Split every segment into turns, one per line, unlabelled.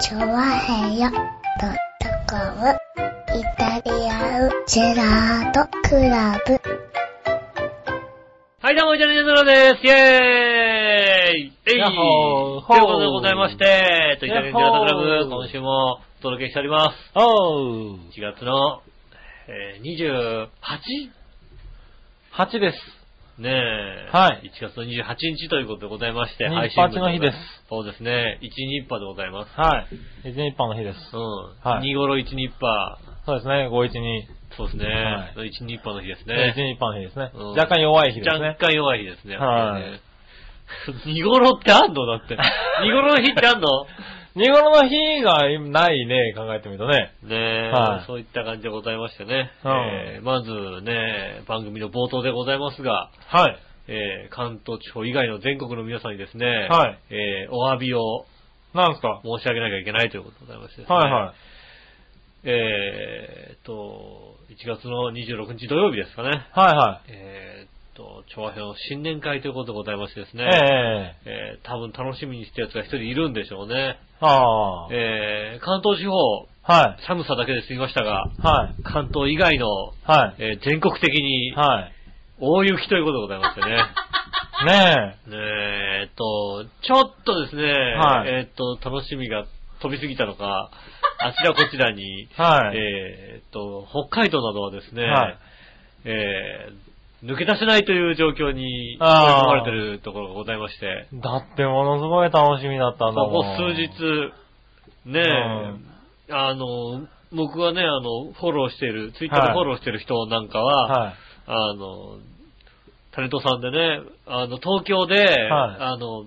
チョワヘヨドットコムイタリアンジェラートクラブ。
はい、どうも、イタリアンジェラです。イェーイえい
ヤッホー
ということでございまして、とイタリアンジェラートクラ
ヤッ
ブ、
ホー
今週もお届けしております。
おう。
1月の、えー、28?
8です。
ねえ。
はい。
1月の28日ということでございまして、
日
配信
発の日です。
そうですね。1、2、1でございます。
はい。一日パーの日です。
うん。
はい
2頃1、2、パ
そうですね、512。
そうですね。
はい
1、2、パの日です
一
ね。
日パーの日ですね
うん。
若干弱い日です
若
ね。
干弱い日ですね。
は
やっぱ
い
りね。2頃ってあんのだ って。2頃の日ってあんの
見頃の日がないね、考えてみるとね。
ねえ、
はい
そういった感じでございましてね。
うん
えーまずね、番組の冒頭でございますが、
はい。
えー関東地方以外の全国の皆さんにですね、
はい
えーお詫びを
なんですか
申し上げなきゃいけないということでございましてですね、
はいはい。
えーっと、1月の26日土曜日ですかね、
はいは
えーっと、調和表の新年会ということでございましてです
い。
ね、
え
え
え
ー多分楽しみにしてる奴が一人いるんでしょうね。
ああ。
えー関東地方、
はい。
寒さだけで済みましたが、
はい。
関東以外の
は
えー全国的に
い。は
大雪ということでございまして ね。
い。
ね
ね
ええっと、ちょっとですね、
はい
えっと、楽しみが飛びすぎたのか、あちらこちらに、
え。はい。
えーっと、北海道などはですね、
はい
えー抜け出せないという状況に追い込
あー
まれてるところがございまして、
だってものすごい楽しみだったんだ
こ
もん。
こ数日、ねえ、
うん
あの、僕はね、あの、フォローしてる、ツイッター
は
で
い
フォローしてる人なんかは、
は
あの、タレントさんでね、あの、東京で、あの、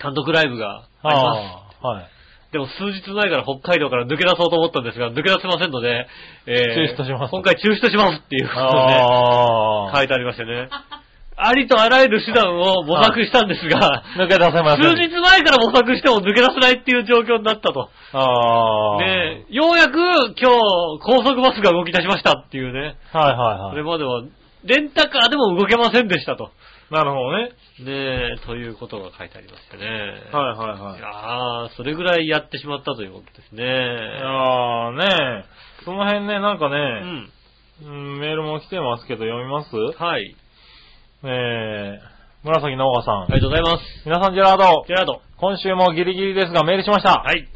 単独ライブが
い。
ありま
ああ。 はい。
す。でも数日前から北海道から抜け出そうと思ったんですが、抜け出せませんので、え
中止とします
今回中止としますっていうことでね、
あ
書いてありましてね。ありとあらゆる手段を模索したんですが、
抜け出せません。
数日前から模索しても抜け出せないっていう状況になったと。
ああ。
で、ようやく今日高速バスが動き出しましたっていうね。
はいはいはい
そ。れまでは、レンタカーでも動けませんでしたと。
なるほどね。
ねえ、ということが書いてありましたね。
はいはいはいい。
やーそれぐらいやってしまったということですね。
あーねえ、その辺ね、なんか
う
ね、
ん。
うんメールも来てますけど読みます
はい。
えー、紫のおさん。
ありがとうございます。
皆さんジェラード
ジ、ェラード。
今週もギリギリですがメールしました。
はい。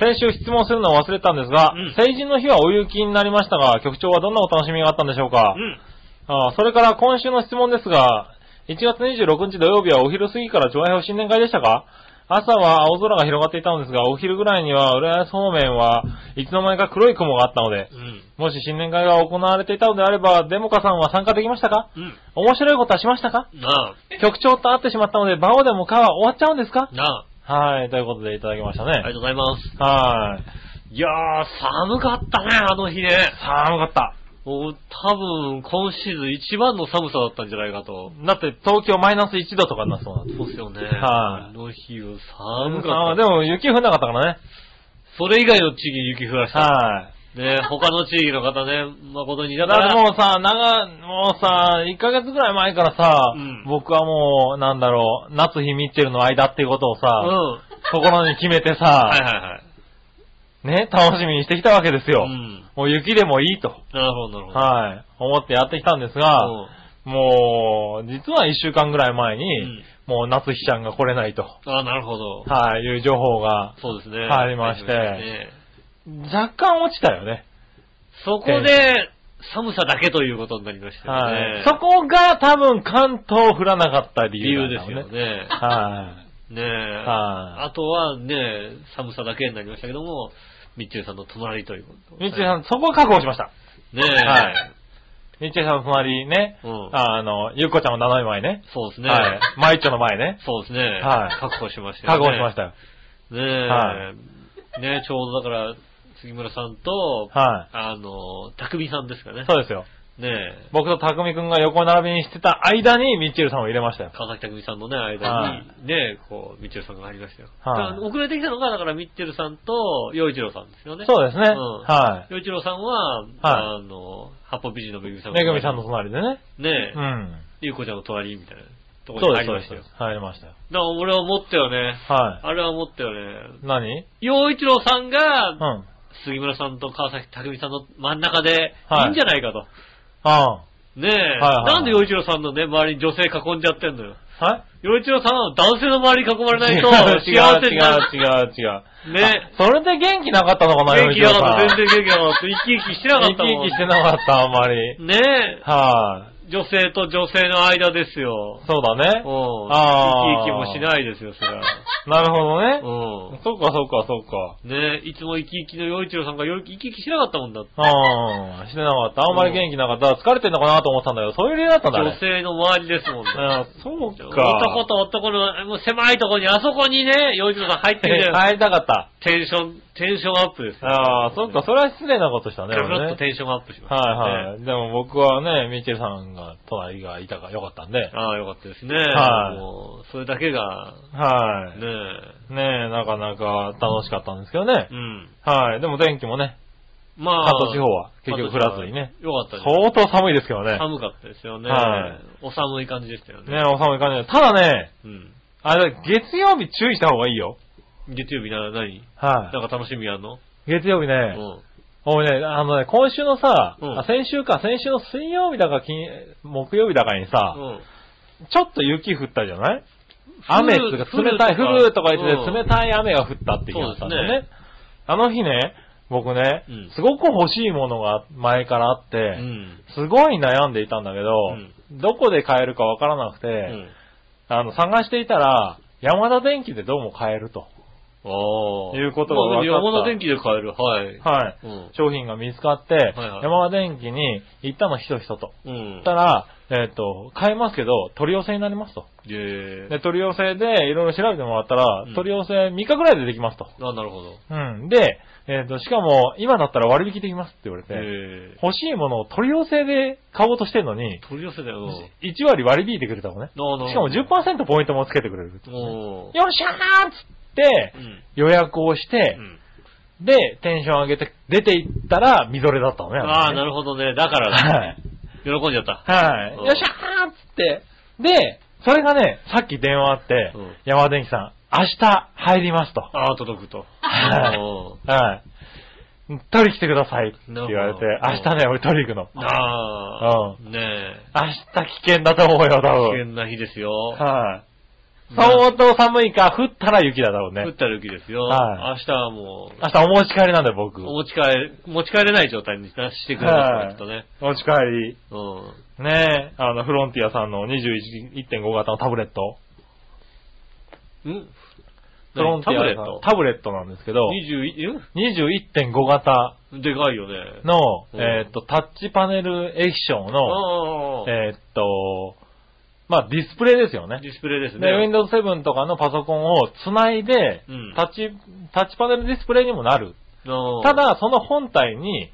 先週質問するのを忘れてたんですが、
うん
成人の日はお雪になりましたが、局長はどんなお楽しみがあったんでしょうか
う、ん。
あーそれから今週の質問ですが、1月26日土曜日はお昼過ぎから上映を新年会でしたか朝は青空が広がっていたのですが、お昼ぐらいには浦安方面はいつの間にか黒い雲があったので、
うん。
もし新年会が行われていたのであれば、デモカさんは参加できましたか
うん。
面白いことはしましたか
な
局長と会ってしまったので、バオでもカは終わっちゃうんですか
あ、な
はい、ということでいただきました
あ、ありが
ね。
とうございます。
はい。
いやー、寒かったね、あの日ね。
寒かった。
もう、多分、今シーズン一番の寒さだったんじゃないかと。
だって東京マイナス1度とかになってそうなんです
そうっすよね。
はい
あの日は寒
寒かった
か
あ
っ
で
た。
も雪降んなかったからね。
それ以外の地域に雪降らした。
はい。
ね他の地域の方ね、誠に。だか
だっ
ら、
てもうさ、長、もうさ、1ヶ月ぐらい前からさ、
うん
僕はもう、なんだろう、夏日ミッチェルの間っていうことをさ、
うん。
心に決めて さ、
はいはいはい。
ね、楽しみにしてきたわけですよ。
うん。
もう雪でもいいと、
なるほど、なるほど。
はい、思ってやってきたんですが、
うん
もう、実は1週間ぐらい前に、
うん
もう夏日ちゃんが来れないと、
あなるほど。
はい、いう情報が、
そうですね。
入りまして
入りね
若干落ちたよね。
そこで、寒さだけということになりましたよ
は
ね
い。。そこが多分関東降らなかった理
理由
由
で
なん
す
だろ
よ
うね。
ね。
はい。
ねえ。
はい
あとはね、寒さだけになりましたけども、ミッチェルさんの隣ということ。
みっちーさん、そこは確保しました。
ん。ねえ。
はいみっちーさんの隣ね、
うん
あの、ゆっこちゃんの斜め前ね。
そうですね。
はい。まいっちょの前ね。
そうですね。
はい
確保しましたよね
確保しましたよ。
ね
は
え。ねえ、ちょうどだから、杉村さんと、
は
あの、匠さんですかね
い。。そうですよ。
ねえ。
僕とたくみくんが横並びにしてた間にみっちーさんを入れましたよ。
川崎匠さんのね、間
は
に、ね、こう、ミッチェルさんが入りましたよ。
はい
だから遅れてきたのが、だからミッチェルさんと、洋一郎さんですよね。
そうですね。
うん
は
洋一郎さんは、あの、八方美人のめぐみさ
い。
ん
めぐみさんの。隣でね。
ね
うん。
ゆうこちゃんの隣みたいな。とこ
そ
ろ
う
に
で
入
す、
りま
そうで
したよ。だか
す。入りましたよ。
ら俺は思ったよね。
はい。
あれは思ったよね。
何
洋一郎さん
う
が、
ん。
杉村さんと川崎匠さんの真ん中で、
はい
いいんじゃないかと。
あ
ねえ。
はい
なんで洋一郎さんのね、周りに女性囲んじゃってんのよ。
あ。はい
洋一郎さんは男性の周りに囲まれないと、
違う
幸せになる。
違う違う違う。
ね
それで元気なかったのかな、
元気なかった、
吉
全然元気なかった。生き生きしてな
田
か
さん
ったもん。
生き生きしてなかった、あんまり。
ねえ。
はい、
女性と女性の間ですよ。
そうだ
う
ね。
ん。
あー
生き生きもしないですよ、それは。
なるほど
う
ね。そっかそっかそっか。
ん。ねえ、いつも生き生きの洋一郎さんがよ生き生きしなかったもんだって。
うん。してなかった。あんまり元気なかった。疲れてんのかなと思ったんだけど、そういう理由だったんだ
女
ね。
性の周りですもんね。
うん、そうか。
男と男の、もう狭いとこに、あそこにね、洋一郎さん入ってるじゃん。
入りたかった。
テンション、テンションアップですよ。
ああ、そっか、それは失礼なことしたね。
ちょろっと
俺ね
テンションアップしました、ね。
はいはい。でも僕はね、ミッチェルさんが、隣がいたからよかったんで。
ああ、よかったですね。
はい
もう、それだけが、
はい
ね。え、
ねえ、なかなか楽しかったんですけどね
う。ん。
はい。でも天気もね、
まあ、
関東地方は結局降らずにね。
よかったです。
相当寒いですけどね。
寒かったですよね。
はい
お寒い感じでしたよね。
ねお寒い感じで。ただね、
うん。
あれ、月曜日注意した方がいいよ。
月曜日な、何
は
なんか楽しみやんの、
い。月曜日
う
ね、
ん。
俺ね、あのね、今週のさ、
うん
あ先週か、先週の水曜日だか金、木曜日だかにさ、
うん。
ちょっと雪降ったじゃない雨っていうか、冷たい、降るとか言ってて、冷
い。
たい雨が降ったって言ってたんだよ
そう
ね。
です
あの日ね、僕ね、
うん
すごく欲しいものが前からあって、
うん。
すごい悩んでいたんだけど、どこで買えるかわからなくて、
うん。
あの、探していたら、山田電機でどうも買えると。
ああ。
いうことが分かった
まあ山田電機で買える。はい。
はい。
うん。
商品が見つかって、
はい
山田電機に行ったのひとひとと。
うん
行ったら、えっ、と、買えますけど、取り寄せになりますと。
で、
で、取り寄せでいろいろ調べてもらったら、
うん
取り寄せ3日ぐらいでできますと。
あ、なるほど。
うん。で、えっ、と、しかも、今だったら割引できますって言われて、
え
欲しいものを取り寄せで買おうとしてるのに、
取り寄せだよ。
1割割り引いてくれたのね。
なる
しかも10%ポイントもつけてくれるっていうね。
も
よっしゃーっつって
う、、うん。
予約をして
う、ん。
で、テンション上げて、出て行ったら、みぞれだったのね。
ああ、
の
な
ね
るほどね。だから
は
だ。
い。
喜んじゃった。
はい。
うん
よっしゃーっつって。で、それがね、さっき電話あって
うん、
山田電機さん、明日入りますと。
ああ、届くと。
はい
お
はい。取り来てくださいって言われて、
なる
明
ほど
日ね、俺取り行くの。
ーああ、ねえ。
明日危険だと思うよ、多
危険
分。
な日ですよ。
はい。相当寒いか、降ったら雪だ、
降
多分
っ
ね。
た雪ですよ。
は
明日はもう、
明日お持ち帰りなんだよ、僕。
お持
持
ち帰れ、持ち帰れない状態になしてくれますから、きっとね。
ち帰り。
うん。
ねえ、あの、フロンティアさんの21.5型のタブレット。
ん
フロンティアさ
タブ
ん
レット
タブレットなんですけど、
21、
21.5型
んでかいよね。
の、
うん
えーっと、タッチパネル液晶
あ
の、
あ、
えーっと、まあ、ディスプレイですよね。
ディスプレイです
で、
ね。
Windows 7とかのパソコンをつないで、
うん
タッチ、タッチパネルディスプレイにもなる。
の
た、だ、その本体に、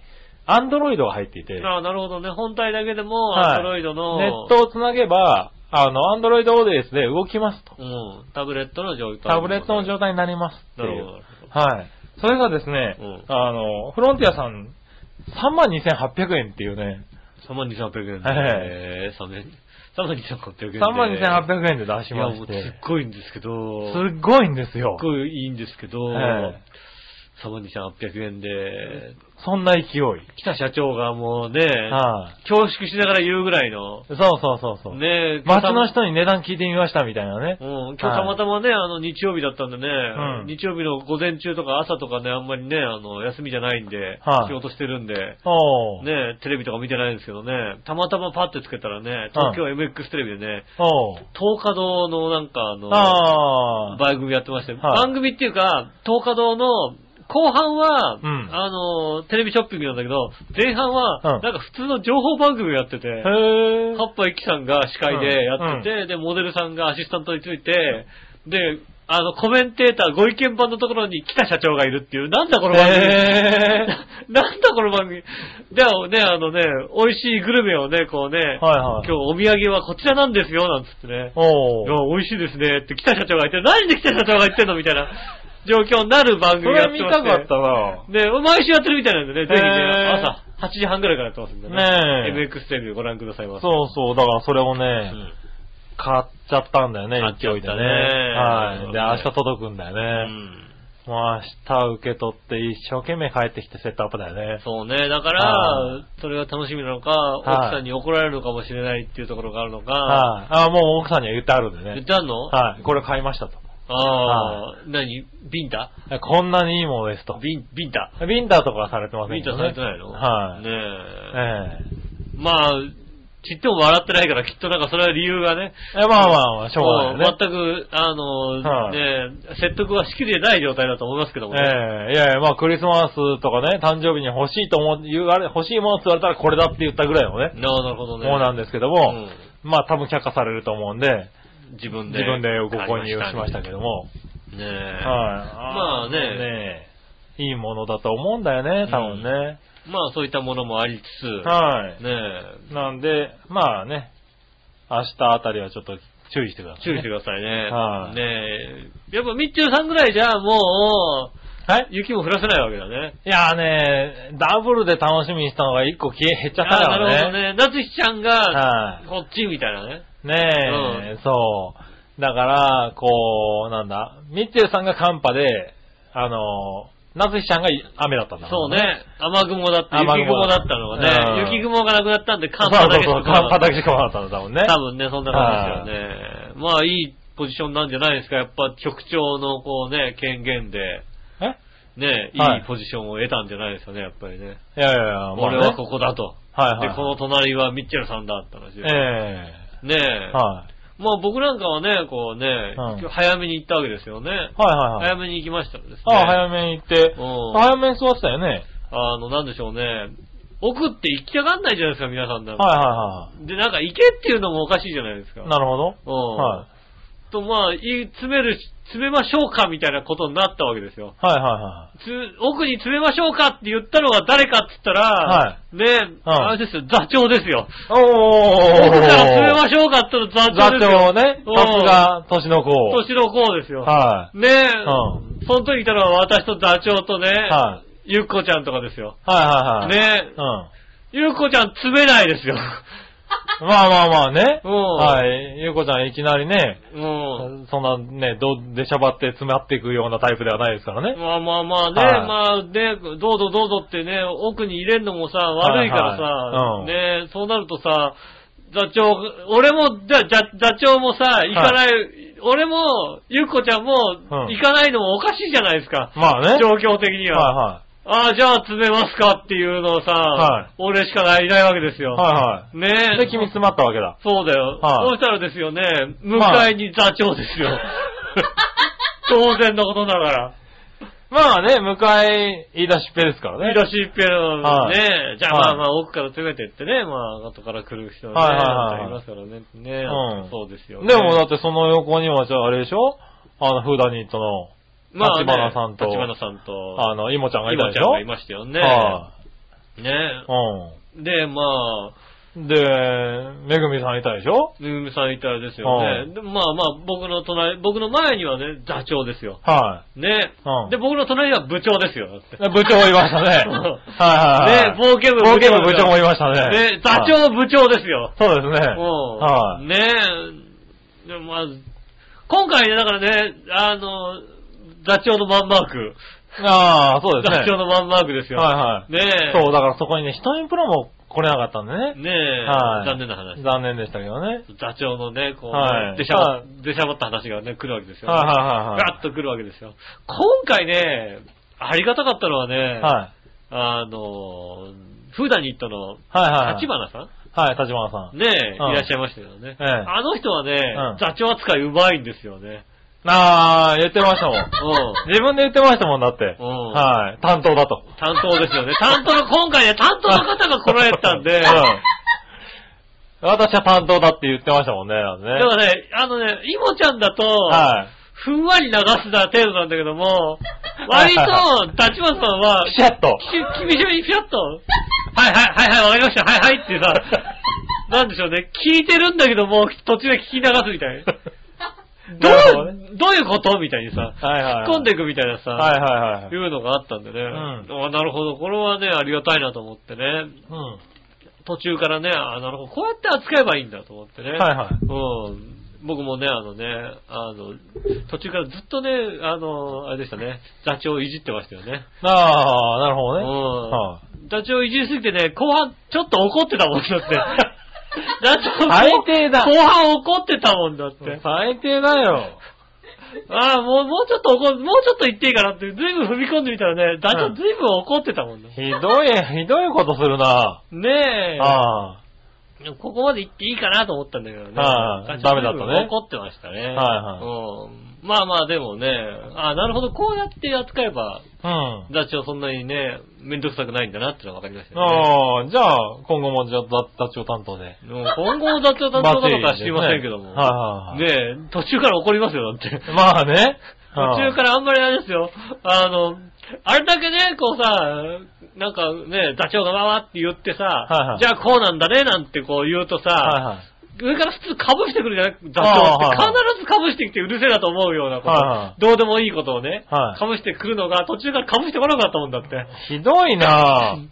Android が入っていて、
ああ、なるほどね。本体だけでも、
はい
アンドロイドの、
ネットをつなげば、あの、Android ODS で動きますと。
うん、タブレットの状態。
タブレットの状態になりますってい
なる
う。
ほど。
はい。それがですね、
うん
あの、フロンティアさん、32,800円っていうね、
3万2800円。
はい
えー、3万3万2800円で。
32,800円で出し
いや、
ま
も
し、
うすってごいんですけど、
すっごいんですよ
すっ。ごいいいんですけど、
ええ
3万2800円で、
そんな勢い。
来た社長がもうね、
はい。
恐縮しながら言うぐらいの、
そうそうそうそう。
ね
街の人に値段聞いてみましたみたいなね。
うん、今日たまたまね、あの、日曜日だったんでね、
ん
日曜日の午前中とか朝とかね、あんまりね、あの、休みじゃないんで、
はい
仕事してるんで、
おう。
ね、テレビとか見てないんですけどね、たまたまパッてつけたらね、東京 MX テレビでね、
おう。
東華堂のなんかあの、
ああ。
番組やってましたよ。
はい
番組っていうか、東華堂の後半は、
ん
あの、テレビショッピングなんだけど、前半は、
うん
なんか普通の情報番組をやってて、
へぇ
カッパ一輝さんが司会でやってて、で、モデルさんがアシスタントについて、で、あの、コメンテーターご意見番のところに来た社長がいるっていう、なんだこの番組。
へ
なんだこの番組。で、あのね、あのね、美味しいグルメをね、こうね、
ー。はいは
今
い。
日お土産はこちらなんですよ、なんつってね。
お。
いうや、美味しいですねって、来た社長が言って、何で来た社長が言ってんのみたいな状況になる番
そ
組や
れ
って
見
まして
たかったな
で、毎週やってるみたいなんでね、ぜひね、
へー
朝8時半ぐらいからやってますんでね。
ねえ
MX テレビご覧くださいませ。
そうそう。だからそれを
う
ね、
ん
買っちゃったんだよね
買っ、ちゃ
勢
っ
いで
た
ね。
ね
はい。で、
な
明
る
日
ほどね
届くんだよね。
うん。
まあ、明日受け取って一生懸命帰ってきてセットアップだよね。
そうね。だか
は
ら、それが楽しみなのか、
い
奥さんに怒られるのかもしれないっていうところがあるのか、
はい。あ、もう奥さんには言ってあるんで
言っ
ね。
てあんの
はい。これ買いましたと。
ああ、何ビンタ
こんなにいいものですと。
ビン、ビンタ
ウィンターとかはされてません
ビン
けど
タ
ね
されてないの
はい。
ねえ。
ええ。
まあ、ちっとも笑ってないから、きっとなんかそれは理由がね。
え、まあまあまあ、しょうがないよね。
もう全く、あの、
はい
ねえ説得はしきれてない状態だと思いますけどもね。
ええいやいや、まあクリスマスとかね、誕生日に欲しいと思う、言われ、欲しいものって言われたらこれだって言ったぐらいのね、
なあなるほどね。
もうなんですけども、
う
まあ多分却下されると思うんで、
ん自分で。
自分でご購入しましたけども、
ねえ。ま
は
あ
い。
ね
えいいものだと思うんだよね、多分ね。
まあそういったものもありつつ、
はい。
ねえ、
なんで、まあね、明日あたりはちょっと注意してください、
注意してくださいね。
はい
ねえ、やっぱみっちゅうさんぐらいじゃもう、
はい
雪も降らせないわけだね。
いやーね、ダブルで楽しみにしたのが一個消え、減っちゃったか
あなる
ら
ほど
ね。
ね。なつひちゃんが、
はい。
こっちみたいなね。
ねえ、そう。だから、こう、なんだ、ミッチェルさんが寒波で、あの、なつひちゃんが雨だったんだ
そ
も。
うんね。雨雲だった、雪
雨雲
雲
だ
だ
っ
ったたのがね
う。ん
雪雲がなくなったんで、
そ
寒
うそう
波だけし
そ
か
う、寒波だ
来
けし
な
か来
かっ
なかったんだもんね
た。。多分ね、そんな感じですよね。まあ、いいポジションなんじゃないですか。やっぱ局長のこうね、権限で、
え
ね、い
はい
いポジションを得たんじゃないですかね、やっぱりね。
いやいやいや、まあね
俺はここだと。
はいはい。
で、この隣はミッチェルさんだった話です。
え
ねえ。
えはい。
まあ僕なんかはね、こうね
うん、
早めに行ったわけですよね。
はいはいはい。
早めに行きましたらですね。
あ早めに行って、
うん
早めに座ってたよね。
あの、なんでしょうね。奥って行きたがんないじゃないですか、皆さんだ
はいは
で、なんか行けっていうのもおかしいじゃないですか。
いはい。なるほど。
うん。
はい。
と、まあ、い詰める、詰めましょうかみたいなことになったわけですよ。
はいはいは
つ奥に詰めましょうかって言ったのは誰かって言ったら、
は
ね、あれですよ、座長ですよ。
い。お
奥
ー
から詰めましょうかって言ったら座長
座
です
長
よ。
ね、
う
さ
ん
すが、年の子。
年の子ですよ。
はい。
ねえ、
う
その時いたのは私と座長とね、
はい。
ゆっこちゃんとかですよ。
はいはいはい。。
ねえ、
うん。
ゆっこちゃん詰めないですよ。
まあまあまあね。
うん
はい。ゆうこちゃんいきなりね、
うん。
そんなね、どうでしゃばって詰まっていくようなタイプではないですからね。
まあまあまあね、
はい
まあね、どうぞどうぞってね、奥に入れんのもさ、悪いからさ、
はいはいうん
ね、そうなるとさ、座長、俺も、じゃ、じゃ、座長もさ、行かない、俺も、ゆっこちゃんも、
ん
行かないのもおかしいじゃないですか。
まあね。
状況的には。
は
ああ、じゃあ詰めますかっていうのをさ、
はい
俺しかないいないわけですよ。
いはい。はい
ね
はい。で、君詰まったわけだ。
そうだよ。
はい
そうしたらですよね、向
まあ
かいに座長ですよ。 当然のことだから。
まあね、向かい、言い出しっぺですからね。
見出しっぺの
はい
ね、じゃあま
は
あ
い
まあ奥から詰めてってね、まあ後から来る人ね、
はいはいはい
ありますからね。ね、
うん
そうですよ、ね。
でもだってその横には、じゃああれでしょあの、フーダニットの、
まあね、
立花さんと
立花さんと、
あの、イモちゃんがいた
今ち
でし
ゃん
ょ
がいましたよね。
は
ね
い。う
で、まあ、
ん。で、めぐみさんいたでしょ
めぐみさんいたらです
は
よね。でもまあまあ、僕の隣、僕の前にはね、座長ですよ。
は
ね。
うん
で、僕の隣には部長ですよ。だって
い。で部長い ましたね。はいはい
ね
はい。、
冒険部
冒険部部長もいましたね。
ね、座長部長ですよ。
そうですね。
う
は
ん。ねえ、でもまあ、今回ね、だからね、あの、座長のマンマーク。
ああ、そうですね。
座長のマンマークですよ。
はいはい。
ねえ。
そう、だからそこにね、一人プロも来れなかったんでね。
ねえ、
はい。
残念な話。
残念でしたけどね。
座長のね、こう、
はい
でしゃば、
は
でしゃばった話がね、来るわけですよ、
はいはいはい
ガッと来るわけですよ。今回ね、ありがたかったのはね、
はい。
あの、フーダニットの
はいはいはい。
立。花さん、
はい、立花さん。
ねえ、い
うん
らっしゃいましたよね。
ええ
あの人はね、
うん
座長扱い上手いんですよね。
ああ、言ってましたもん。
うん。
自分で言ってましたもんだって。
うん
はい。担当だと。
担当ですよね。担当の、今回ね、担当の方が来られたん
う
で、だ
ん
か。
私は担当だって言ってましたもんね、だってね。
らね、あのね、イモちゃんだと、
は
ふんわり流すな程度なんだけども、割と、立花さんは、
い。シャッと。
き厳しめにピャッと、はいはいはいはい、わかりました、はいはいってさ、なんでしょうね、聞いてるんだけども、途中で聞き流すみ たいな。ど
なるほどね
う、どういうことみたいにさ、
はいはいはい
突っ込んでいくみたいなさ、
はいはいはい
い。うのがあったんでね。
ん
あなるほど。これはね、ありがたいなと思ってね。
うん。
途中からね、あなるほど。こうやって扱えばいいんだと思ってね。
はいはい
うん。僕もね、あのね、あの、途中からずっとね、あの、あれでしたね、座長をいじってましたよね。
ああ、なるほどね。は
うん。座長をいじりすぎてね、後半ちょっと怒ってたもんだって。 座長
最低だ
後半怒ってたもんだって
い。最低だよ。
ああ、もう、もうちょっと怒、もうちょっと言っていいかなって、ずいぶん踏み込んでみたらね、座
う
長
ん
ずいぶん怒ってたもんだ。
ひどい、ひどいことするな。
ねえ。
ああ。
ここまで行っていいかなと思ったんだけどね。
はい
社長
ダメだったね
怒ってましたね。
はい
うん。まあまあでもね、あなるほど、こうやって扱えば、
うん。
座長そんなにね、めんどくさくないんだなってのが分かりましたよね。
ああ、じゃあ、今後もじゃあ、ダッチを担当で。
もう今後の座長担当なのかは知りませんけども。
はいはいはい
ねえ、途中から怒りますよ、だって。
まあね。
途中からあんまりあれですよ。あの、あれだけね、こうさ、なんかね、座長がわわって言ってさ、
いはい
じゃあこうなんだね、なんてこう言うとさ、
はいはい。
上から普通かぶしてくるじゃなくて、座
ああ
長って必ずかぶしてきてうるせえなと思うようなこと、
はいは
どうでもいいことをね、
はい
かぶしてくるのが途中からかぶしてこなかったもんだって。
ひど いなぁ。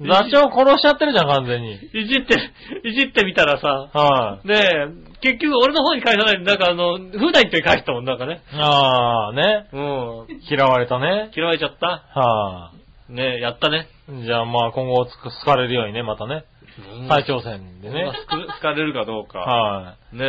座長殺しちゃってるじゃん、完全に。
いじって、いじってみたらさ、
はい、
ねえ、結局俺の方に返さないで、なんかあの、普段言って返したもん、なんかね。
あ。あね。
うん。
嫌われたね。
嫌われちゃった
は
ねえ、やったね。
い、じゃあまあ今後つく好かれるようにね、またね。再挑戦で
ね。
ね
まあ。好く好かれるかどうか。
は
ね
い、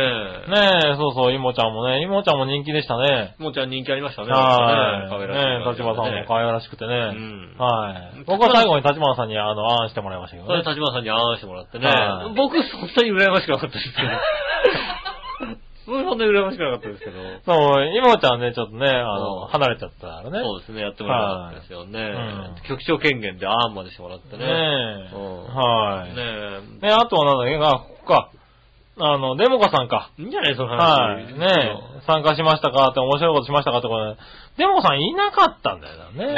え。
ねえ、そうそう、イモちゃんもね、イモちゃんも人気でしたね。
もうちゃん人気ありましたね。
はい、
カメ
ね
ラ
え、立花さんも可愛らしくてね。
ん
はい。僕は最後に立花さんにあの、あんしてもらいましたけ
そ
ど
れ
ね。
立花さんに会わせてもらってね
はい。
僕、そんなに羨ましくなかったですけ ど。僕、そんなに羨ましくなかったですけど。
そう、イモちゃんね、ちょっとね、あ
うん
の、離れちゃったからね。
そうですね、やってもらえなかったですよ
は
ね
い。
局長権限でアーンまでしてもらって
ねえ。
ね。うん
はい。
ね
ね、あとはなんだっけな、ここか。あの、デモカさんか。
え。いいんじゃないその
は
話。
い。ねえ参加しましたかって面白いことしましたかってことで。デモカさんいなかったんだよ
う
ね。
ん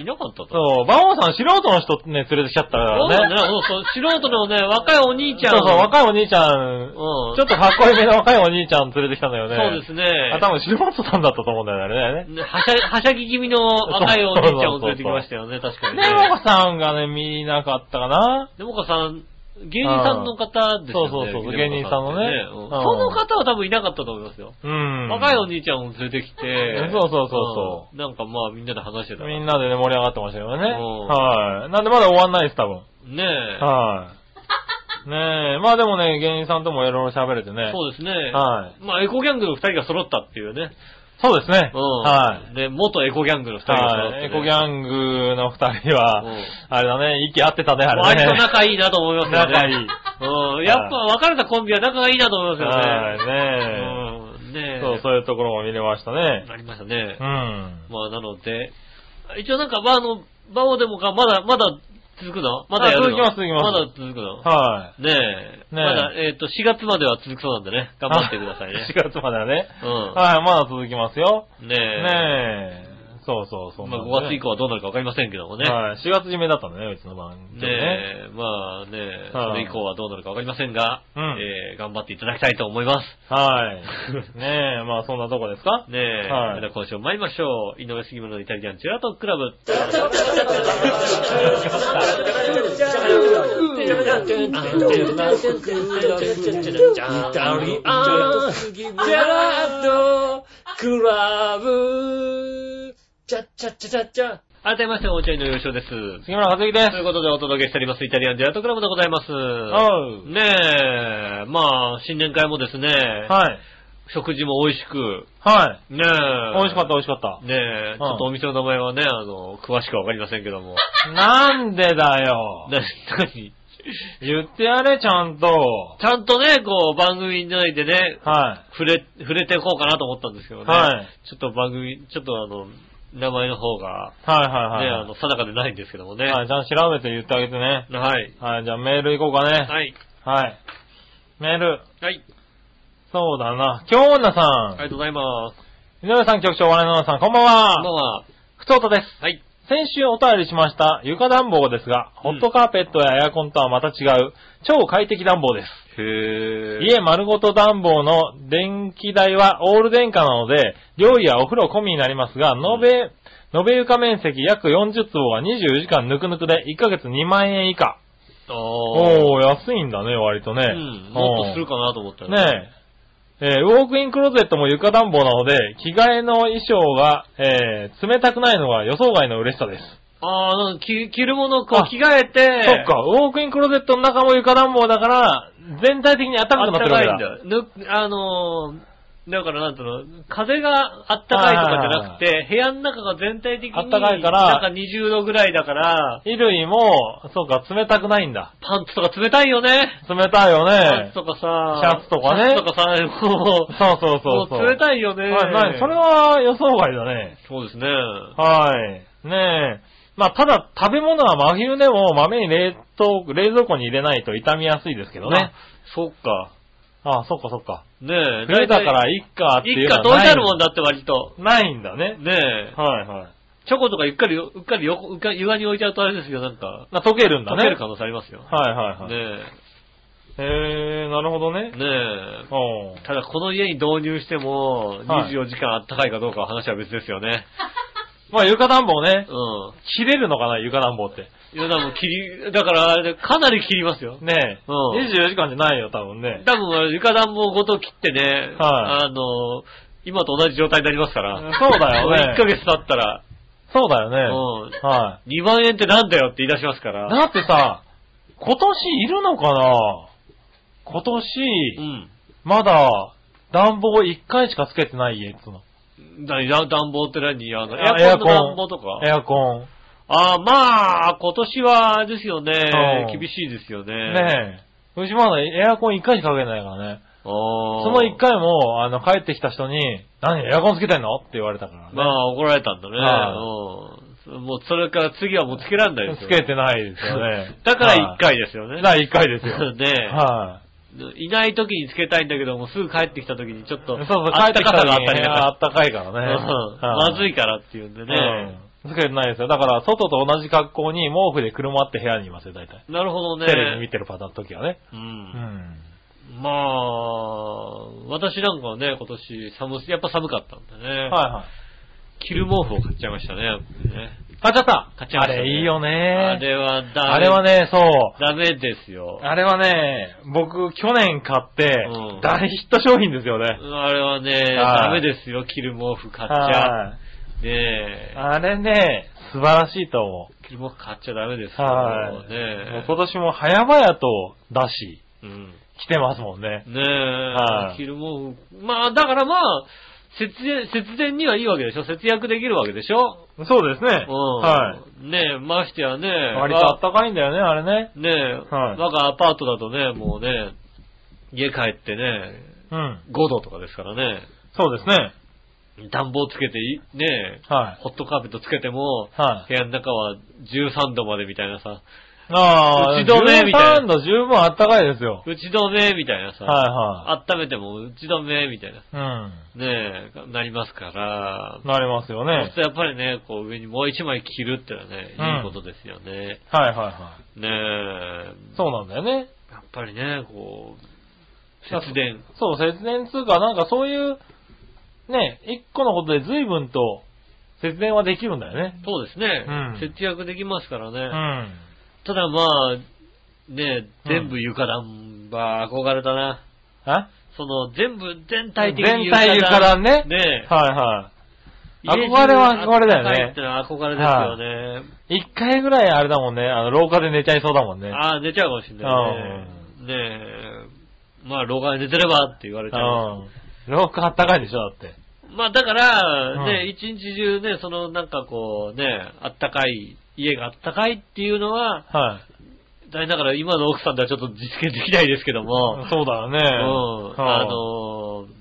いなかったと。う。
そう、バオさん素人の人ね、連れてきちゃったか
そう
ら
だね
ね。。
そうそう。素人のね、若いお兄ちゃん。
そうそう、
い。
若いお兄ちゃん、
うん。
ち
ち
ょ
ょ
っとかっこいいめの若いお兄ちゃん連れてきたんだよね。
そうですね。
あ、多分素人さんだったと思うんだよね、あれね。
ねはしゃ、はしゃぎ気味の若いお兄ちゃんを連れてきましたよね、確か
デ
にね。
モカさんがね、見なかったかな。
でもかさん、芸人さんの方ですよね。
そうそうそう
でもかって
芸人さんのね
うん
うん
その方は多分いなかったと思いますよ。
うん。
若いお兄ちゃんを連れてきて。
そうそうそうそ
うんなんかまあみんなで話してた。
み
ね
んなでね、盛り上がってましたよね。
うん
はい。なんでまだ終わんないです、多分。
え。
はい。ねえ、まあでもね、芸人さんともいろいろ喋れてね。
そうですね。
はい。
まあエコギャングの二人が揃ったっていうね。
そうですね。
うん。
はい。
で、元エコギャングの二人が揃って、
は
ね。
い。エコギャングの二人
う
は
ん、
あれだね、息合ってたね、あれ
割
ね。
と仲いいなと思いますよね。
仲いい
うん。やっぱ別れたコンビは仲がいいなと思いますよね。
は
うん。ね
い、ね
え。
そう、そういうところも見れましたね。
なりましたね。
うん。
まあ、なので、一応なんか、まあ、あの、バオでもか、まだ、まだ続くのまだやるの
あ続きます続きます
まだ続くの
はい。
ねえ。
ねえ
まだ、えっ、と、4月までは続くそうなんでね。頑張ってくださいね
4。月まではね。
う
はい、まだ続きますよ。
ん。ねえ。
ねえ。そうそう、そう
ま
なん
あ、5
でね。
月以降はどうなるかわかりませんけどもね。
はい、4月締めだったんだね、うちの番組
ね
ね。
え、まあねえ、
はい
それ以降はどうなるかわかりませんが、
うん
えー頑張っていただきたいと思います。
はい。ね え、まあそんなとこですか
ねえ、
はい
それでは今週も参りましょう。井上杉村のイタリアンチェラートクラブ。改めまして、お茶いのよしおです。と
杉村和之です。
いうことでお届けしております、イタリアンジェラートクラブでございます。
おう。
ねえ、まあ、新年会もですね、
はい。
食事も美味しく、
はい。
ねえ、
美味しかった、美味しかっ
ねえ、ちょっとお店の名前はね、あの、詳しくはわかりませんけども。
た。なんでだよ。
な、なに
言ってやれ、ちゃんと。
ちゃんとね、こう、番組内でね、
は
触れ、触れていこうかなと思ったんですけどね。
はい
ちょっと番組、ちょっとあの、名前の方が、
い。はいは
ね、
い
あ
は
の、定かでないんですけどもね。
い。はい、じゃあ調べて言ってあげてね。
はい。
はい、じゃあメール行こうかね。
はい。
はい。メール。
はい。
そうだな。京女
あり
さ
がとうございます。
ん。井上さん局長、笑いの女さん、こんばん
こんばん
は。
は。
ふとうとです。
はい。
先週お便りしました床暖房ですが、ホットカーペットやエアコンとはまた違う、超快適暖房です。
へえ。
家丸ごと暖房の電気代はオール電化なので、料理やお風呂込みになりますが、延べ、延べ床面積約40坪は24時間ぬくぬくで1ヶ月2万円以下。
あー
おー、安いんだね、割とね。
うん。もっとする
か
かなと思ったよ
ねえ。えーウォークインクローゼットも床暖房なので、着替えの衣装が、えー冷たくないのが予想外の嬉しさです。
ああ、なんか着着るものをこ
あ
う着替えて、
そっか、ウォークインクローゼットの中も床暖房だから、全体的に暖かくなってるわけだ。
あったかいんだ。ぬあのーだからなんつうの、風があったかいとかじゃなくて、部屋の中が全体的に、
あったかいから
なんか20度ぐらいだから、
衣類も、そうか、冷たくないんだ。
パンツとか冷たいよね。
冷たいよ
パン
ね
ツ。とかさ、
シャツとか
シ
ね
ャツとかさ、も
そうそ
う、
うそうそ
も
う。
う冷たいよね。
はい、ないそれは予想外だね。
そうですね。
はい。ねえ。まあ、ただ、食べ物は真冬でも豆に冷凍、冷蔵庫に入れないと傷みやすいですけどね。
そっか。
ああ、そっかそっか。
ねえ。
冬だから、いっかってい
一家
うのは
どう
ない
てあるもんだって割と。
ないんだね。
ねえ。
はいはい。
チョコとかうっかりよ、うっかり横、うっかり床に置いちゃうとあれですよ、なんか。
な溶けるんだ
溶
ね。
ける可能性ありますよ。
はいはいはい。
ね
へえ、なるほどね
え。。ね
おう
え。ただこの家に導入しても、
はい
24時間あったかいかどうかは話は別ですよね。
まあ床暖房
う。
ね切れるのかな、床暖房って。
ん。いや、でも切り、だからあれでかなり切りますよ。
ねえ。
うん
24時間じゃないよ、多分ね。
多分、床暖房ごと切ってね、
はい
あの、今と同じ状態になりますから。
うんそうだよね
1ヶ月経ったら、
そうだよね。
うん
は
2万円ってなんだよって言い出しますから。
い。だってさ、今年いるのかな今年、
うん。
まだ、暖房1回しかつけてない家っつうの。
何だ暖房って何あの、
あ
エアコンの暖房とか
エアコン。
ああ、まあ、今年は、あれですよね。
うん
厳しいですよね。
ねえ。うちまだエアコン1回しかかけてないからね。
あー
その1回も、あの、帰ってきた人に、何エアコンつけてんのって言われたからね。
まあ、怒られたんだね。
は
うん。もう、それから次はもうつけられないです
つ
よ。。
けてないですよね
だから1回ですよね。。
はい。だから1回です よ
ねえ
はい
ない時につけたいんだけども、すぐ帰ってきた時にちょっ
い。そ
と、
うそう、
あっ
帰っ
た
てきた
かさがあった
時
り
に
と
ねあ
か。
ったかいから
う
ね。
ん
は
まずいからっていうんでね。
うんつけてないですよ。だから、外と同じ格好に毛布で車って部屋にいますよ、大体。
なるほどね。
テレビ見てるパターンの時はね。
う。
うんん。
まあ、私なんかはね、今年寒す、やっぱ寒かったんでね。
はいはい。
着る毛布を買っちゃいましたね。やっぱりね
買っちゃった
買っちゃいましたね
あれいいよね。
あれはダメ。
あれは
ね。
ね、そう。
ダメですよ。
あれはね、僕、去年買って
うん、
大ヒット商品ですよね。
あれはね、
はい
ダメですよ。着る毛布買っちゃ。
はい
ねえ。
あれね、素晴らしいと思
着る毛布買っちゃダメです
う。
よ。
は
ね
い。もう
え
今。年も早々とだし、
うん
来てますもんね。
ねえ、
はい
着る毛布。まあ、だからまあ、節電、節電にはいいわけでしょ節約できるわけでしょ
そうですね。
うん。。
はい
ねえ、ましてやね。
い。割と暖かいんだよね、あれね。
ねえ、
はい
我がアパートだとね、もうね、家帰ってね、
うん。
5度とかですからね、
そうですね。
暖房つけてい、ね
は
え、
い。
ホットカーペットつけても、
はい。
部屋の中は13度までみたいなさ、
ああ、
打ち止めみたいな
13度十分暖かいですよ。
打ち止めみたいなさ、
は
温めても打ち止めみたいな、
いはい。
ねえ、なりますから、
うん。なります
そ
よ
うす
ね
る。とやっぱりね、こう上にもう一枚着るってのはね、
うん
いいことですよね。
はいはいは
ねえ、
い。そうなんだよね。
やっぱりね、こう、節電。
そう、節電通貨、なんかそういう、ね、一個のことで随分と節電はできるんだよね。
そうですね、
うん
節約できますからね。
うん。
ただまあ、ね、全部床暖は憧れたな。
あ
その、全部、全体的に
全体床暖ね
ね
はいは
家中
憧れは憧れだ
暖
よね
かいってのは憧れですよね。
い。一回ぐらいあれだもんね、あの、廊下で寝ちゃいそうだもんね。
ああ、寝ちゃうかもしれないね。ねえ。まあ、老眼で寝てればって言われちゃう。
うん。廊下あったかいでしょ、だって。
まあ、だから、
うん
ね、一日中ね、その、なんかこう、ね、あったかい、家があったかいっていうのは、
はい。
だから今の奥さんではちょっと実現できないですけども、
そうだよ
う
ね。
ん
は
あのー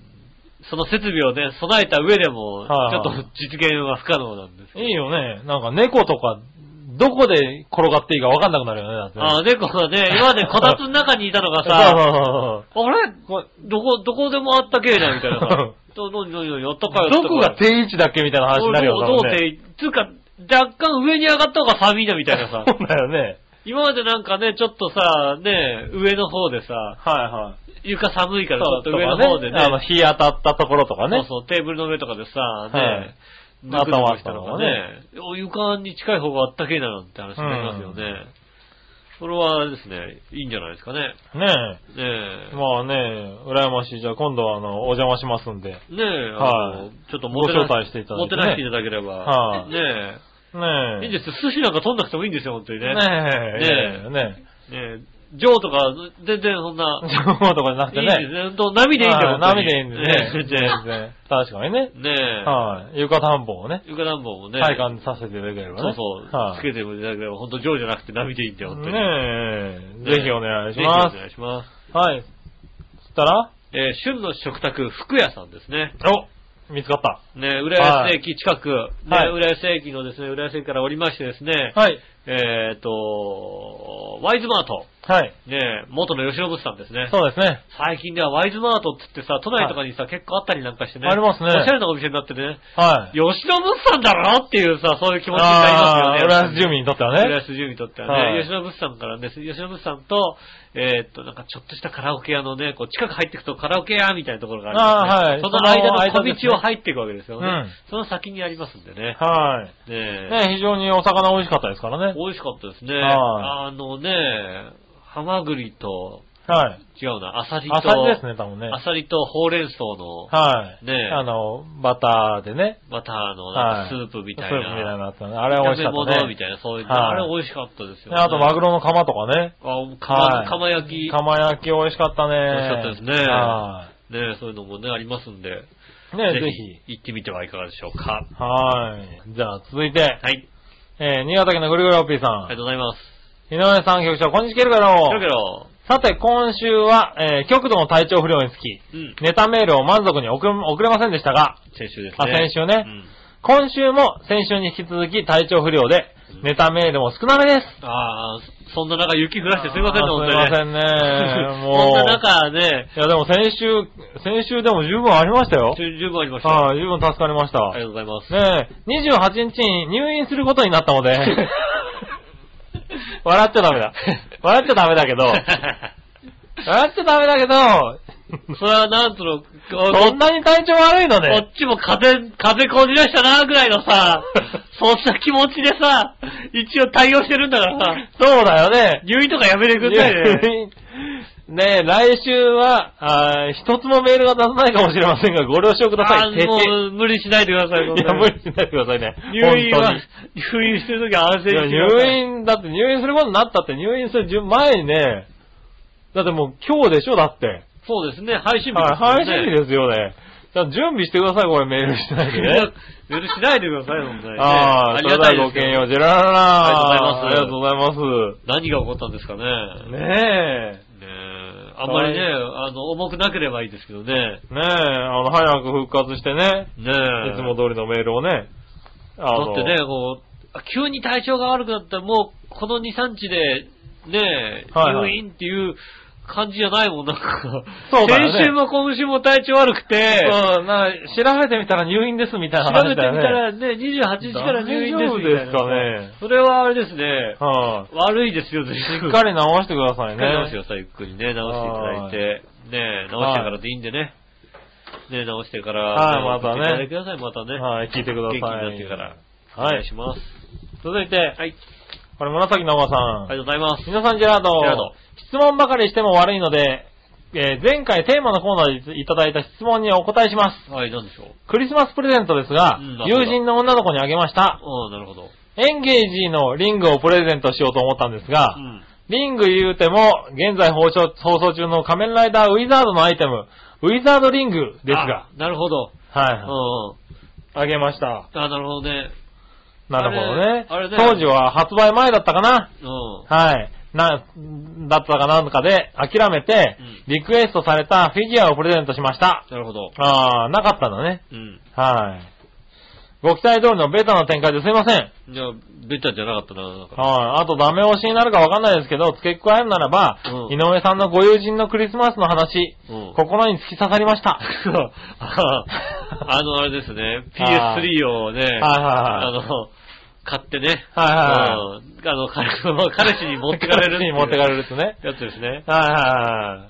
その設備をね、備えた上でも、ち
はい
ょ
は
っ
い
と実現は不可能なんですよ
いいよね。なんか猫とか、どこで転がっていいか分かんなくなるよね、だってね。
ああ、猫がね、今までこたつの中にいたのがさ、
さ
あれこどこ、どこでもあったけえな、みたいなさ。ど、ど、ど、ど、ど、あったかいあったかい
どこが定位置だっけみたいな話になる
ど
よ
う、どう
多分ね。
て、つうか、若干上に上がった方が寒いな、みたいなさ
そうだよね。
今までなんかね、ちょっとさ、ね、上の方でさ、
はいはい。
床寒いからちょっと
と
上
か
の方でね、
あの、日当たったところとかね。
そうそう、テーブルの上とかでさ、
は
ね
い、
ぬくぬくしたのがね、お床に近い方があったけえななんて話になりますよね。それはあれですね、いいんじゃないですかね。
ね
ねえ
え。。まあね、羨ましい。じゃあ今度はあの、お邪魔しますんで。ね
ねえ、
はい
あのちょっと
ご
もてな
招待していただい
も
て
て
ね
なしていただければ。
はい
ねえ。
え。
いいんですよ寿司なんか取んなくてもいいんですよ、本当にね。
ね
ね
え。
え
ねえ。
ねえ、ジョーとか、全然そんな。
情報とかじゃ なく
いい
て
んで
ね。
すね。ほんと波でいいんだよ、本
は
当
波
に
でいいんですね。
全然。
然。確かにね。
ねえ。
はい。床暖房をね、
ゆかなんぼもね。
体感させていただければ
そ
ね。
うそう。
はい
つけてもいただければ、ほんとジョーじゃなくて波でいいんだよ、本当に。
ね
ね
え。ぜひお願いしま
ぜひお
す。
願いします。
はい。そしたら、
えー旬の食卓、福屋さんですね。
お見つかった。
ね、浦安駅近く、ね
はい
浦安駅のですね、浦安駅から降りましてですね、
はい。
えっ、と、ワイズマート、
はい。
ね、元の吉野物さんですね。
そうですね。
最近ではワイズマートって言ってさ、都内とかにさ、結構あったりなんかしてね。
ありますね
おしゃれなお店になってね、
はい。
吉野物さんだろっていうさ、そういう気持ちになり
あ
ますよね。
ー浦安住民にとっては
浦
ね。
安住民にとってはね、
はい
吉野物産からね、吉野物産と、えーっと、なんかちょっとしたカラオケ屋のね、こう近く入っていくとカラオケ屋みたいなところがあるんですね、
あーはい
その間
そ
の
の間です
小
ね
道を入っていくわけですよね。
うん
その先にありますんでね。
はい。
ねえ
ね非常にお魚美味しかったですからね。
美味しかったですね。
は
あのね、ハマグリと、
はい。
違うな、アサリと、
アサリですね、多分ね。
アサリとほうれん草の、
はい。
ねえ
あの、バターでね。
バターの
は
なん
い。
かスープみたい
スープみたいな
な。
のあったね。あれ美味しか
炒
っ
め
た
物
ね。
みたいな、そういう、
はい
あれ美味しかったですよ、ね。
あと、マグロの釜とかね。
あ、か
はい
釜焼き。
釜焼き美味しかったね。
美味しかったですね
は
ねそういうのもね、ありますんで、
い。ねぜひ。
行ってみてはいかがでしょうか。
はい。じゃあ、続いて、
はい、
えー、新潟県のぐるぐるおっぴーさ
あ
ん
りが。とうございます。
井上さん、局長、こんにちは、けるか
ケロケ
ろ
ロ、
さて、今週は、えー、極度の体調不良につき、
うん、
ネタメールを満足に送れ送れませんでしたが、
先週ですね。
あ先週
う
ね、
ん。
今週も先週に引き続き体調不良で、ネタメールも少なめです。
ああ、そんな中雪降らしてすいませんね、
あ
本
ー
当
すい
に、
ま
ね。。
せん ねもう。
そんな中ね、
いや、でも先週、先週でも十分ありましたよ。
十分ありました。あ
はい、十分助かりました。
りがとうございます。
ねえ、28日に入院することになったので、笑っちゃダメだ。笑っちゃダメだ けど、笑っちゃダメだけど、
それはなんとの、こ
そんなに体調悪いの
こ
ね。
っちも風、風こじらしたな、ぐらいの さ、そんな気持ちでさ、一応対応してるんだからさ、
そうだよね。
入院とかやめてくんないね。
ねえ、来週は、あー一つもメールが出さないかもしれませんが、ご了承くださ
あ
い。へへ
ーもう無理しないでください、
いや、無理しないでくださいね。
入院は
本、
入院してるときは安静
当
して
に。いや、
ください。
入院、だって入院することになったって、入院する順前にね、だってもう今日でしょ、だって。
そうですね、配信日
はい、配信
で
日ですよね。じゃあ準備してください、これメールしない
す
で
よね。
ね。
許しないでください、本当にね。
ああ、
あ
そ
りが
れで
た
はいごき
で
げ
す
ん
よ。
よう、ジェラララ
ありがとうご
ありがとうございま
何が起こったんですかね。
す。
ね
ねえ。
えあんまりね、あの、重くなければいいですけどね。
ねえ、あの、早く復活してね、
ねえ。
いつも通りのメールをね、あ
だってね、こう、急に体調が悪くなったらもう、この2、3日で、ねえ、
はいはい
入院っていう感じじゃないもん、なんか。
そうだよね
先週も今週も体調悪くて、
そう、な、調べてみたら入院ですみたいな
調べてみ
話
た
だよね。
らね、28日から入院ですみたいな。
大丈夫ですかね
それはあれですね。
はい、
悪いですよ、し
し
っ
っか
り。
り直してくださ
し
い
っ
ね
か。り直してください、ゆっくりね、直していただいて。ねえ直してからでいいんでね。ね直してから、
はい
直して
またね
いただいてください、またね。
はい、聞いてくださ
元
い。
気になってから。お
は
願い
い。
します。
続いて、
はい。
これ紫のおさ
あり
ん。
がとうございます。
皆さん、ジェラード。
ジェラード
質問ばかりしても悪いので、えー前回テーマのコーナーでいただいた質問にお答えします。
はい、なんでしょう。
クリスマスプレゼントですが、
うんなるほど
友人の女の子にあげました。
うん、なるほど。
エンゲージのリングをプレゼントしようと思ったんですが、
うん。
リング言うても、現在放送放送中の仮面ライダーウィザードのアイテム、ウィザードリングですが
あ、。なるほど。う
はい
ん
はい。あげました。
うん。あ、なるほどね。
なるほどね。
あれあれだよ
当時は発売前だったかな
うん。
はい。な、だったかなんかで諦めて
うん、
リクエストされたフィギュアをプレゼントしました。
なるほど。
あー、なかったんだね。
うん。
はい。ご期待通りのベタな展開ですいません。はい。
じゃあ、ベタじゃなかったな、なんか。
あとダメ押しになるかわかんないですけど、付け加えるならば、
うん
井上さんのご友人のクリスマスの話、
うん。
心に突き刺さりました。
ああの、あれですね、PS3 をね、
はいはい
あの、買ってね、
はいはいは
うんあの、彼 彼氏に持ってかれる
に持ってかれるとね。
やつですね。
はいはいはい。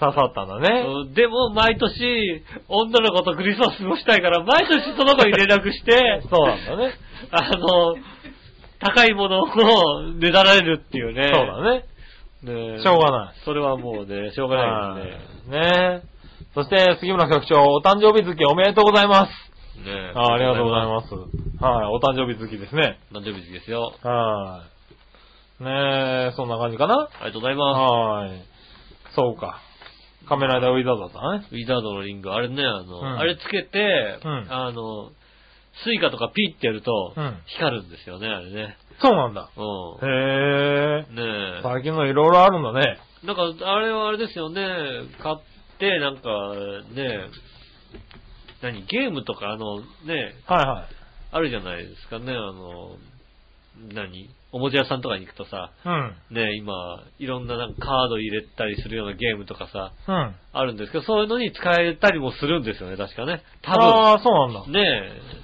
刺さったんだね。
うんでも、毎年、女の子とクリス
、
マス過ごしたいから、毎年その子に連絡して
そうなんだね。
あの、高いものをねだられるっていう
そ
ね。
うだね。
ねえ
しょうがない。
それはもうね、しょうがないで
ねえ。そして、杉村局長、お誕生日月おめでとうございます。
すね。ねえ
あありがとうございます。はい、お誕生日月ですね。
誕生日ですよ。
はい。ねえ、そんな感じかな。
ありがとうございま
はい。そうか。カメライダーウィザードだったね。
す。ウィザードのリング、あれね、あの、
うん
あれつけて、
うん
あの、スイカとかピッてやると
うん、
光るんですよね、あれね。
そうなんだ。
う
へ
ん。ねえ
え。。最近のいろいろあるんだね。
なんか、あれはあれですよね、買って、なんか、ね、何、ゲームとか、あの、ね、
はいはい。
あるじゃないですかね、あの、何、おもちゃ屋さんとかに行くとさ、
うん。
ね、今、いろんななんかカード入れたりするようなゲームとかさ、
うん。
あるんですけど、そういうのに使えたりもするんですよね、確かね。多
ああ、そうなんだ
分。。ね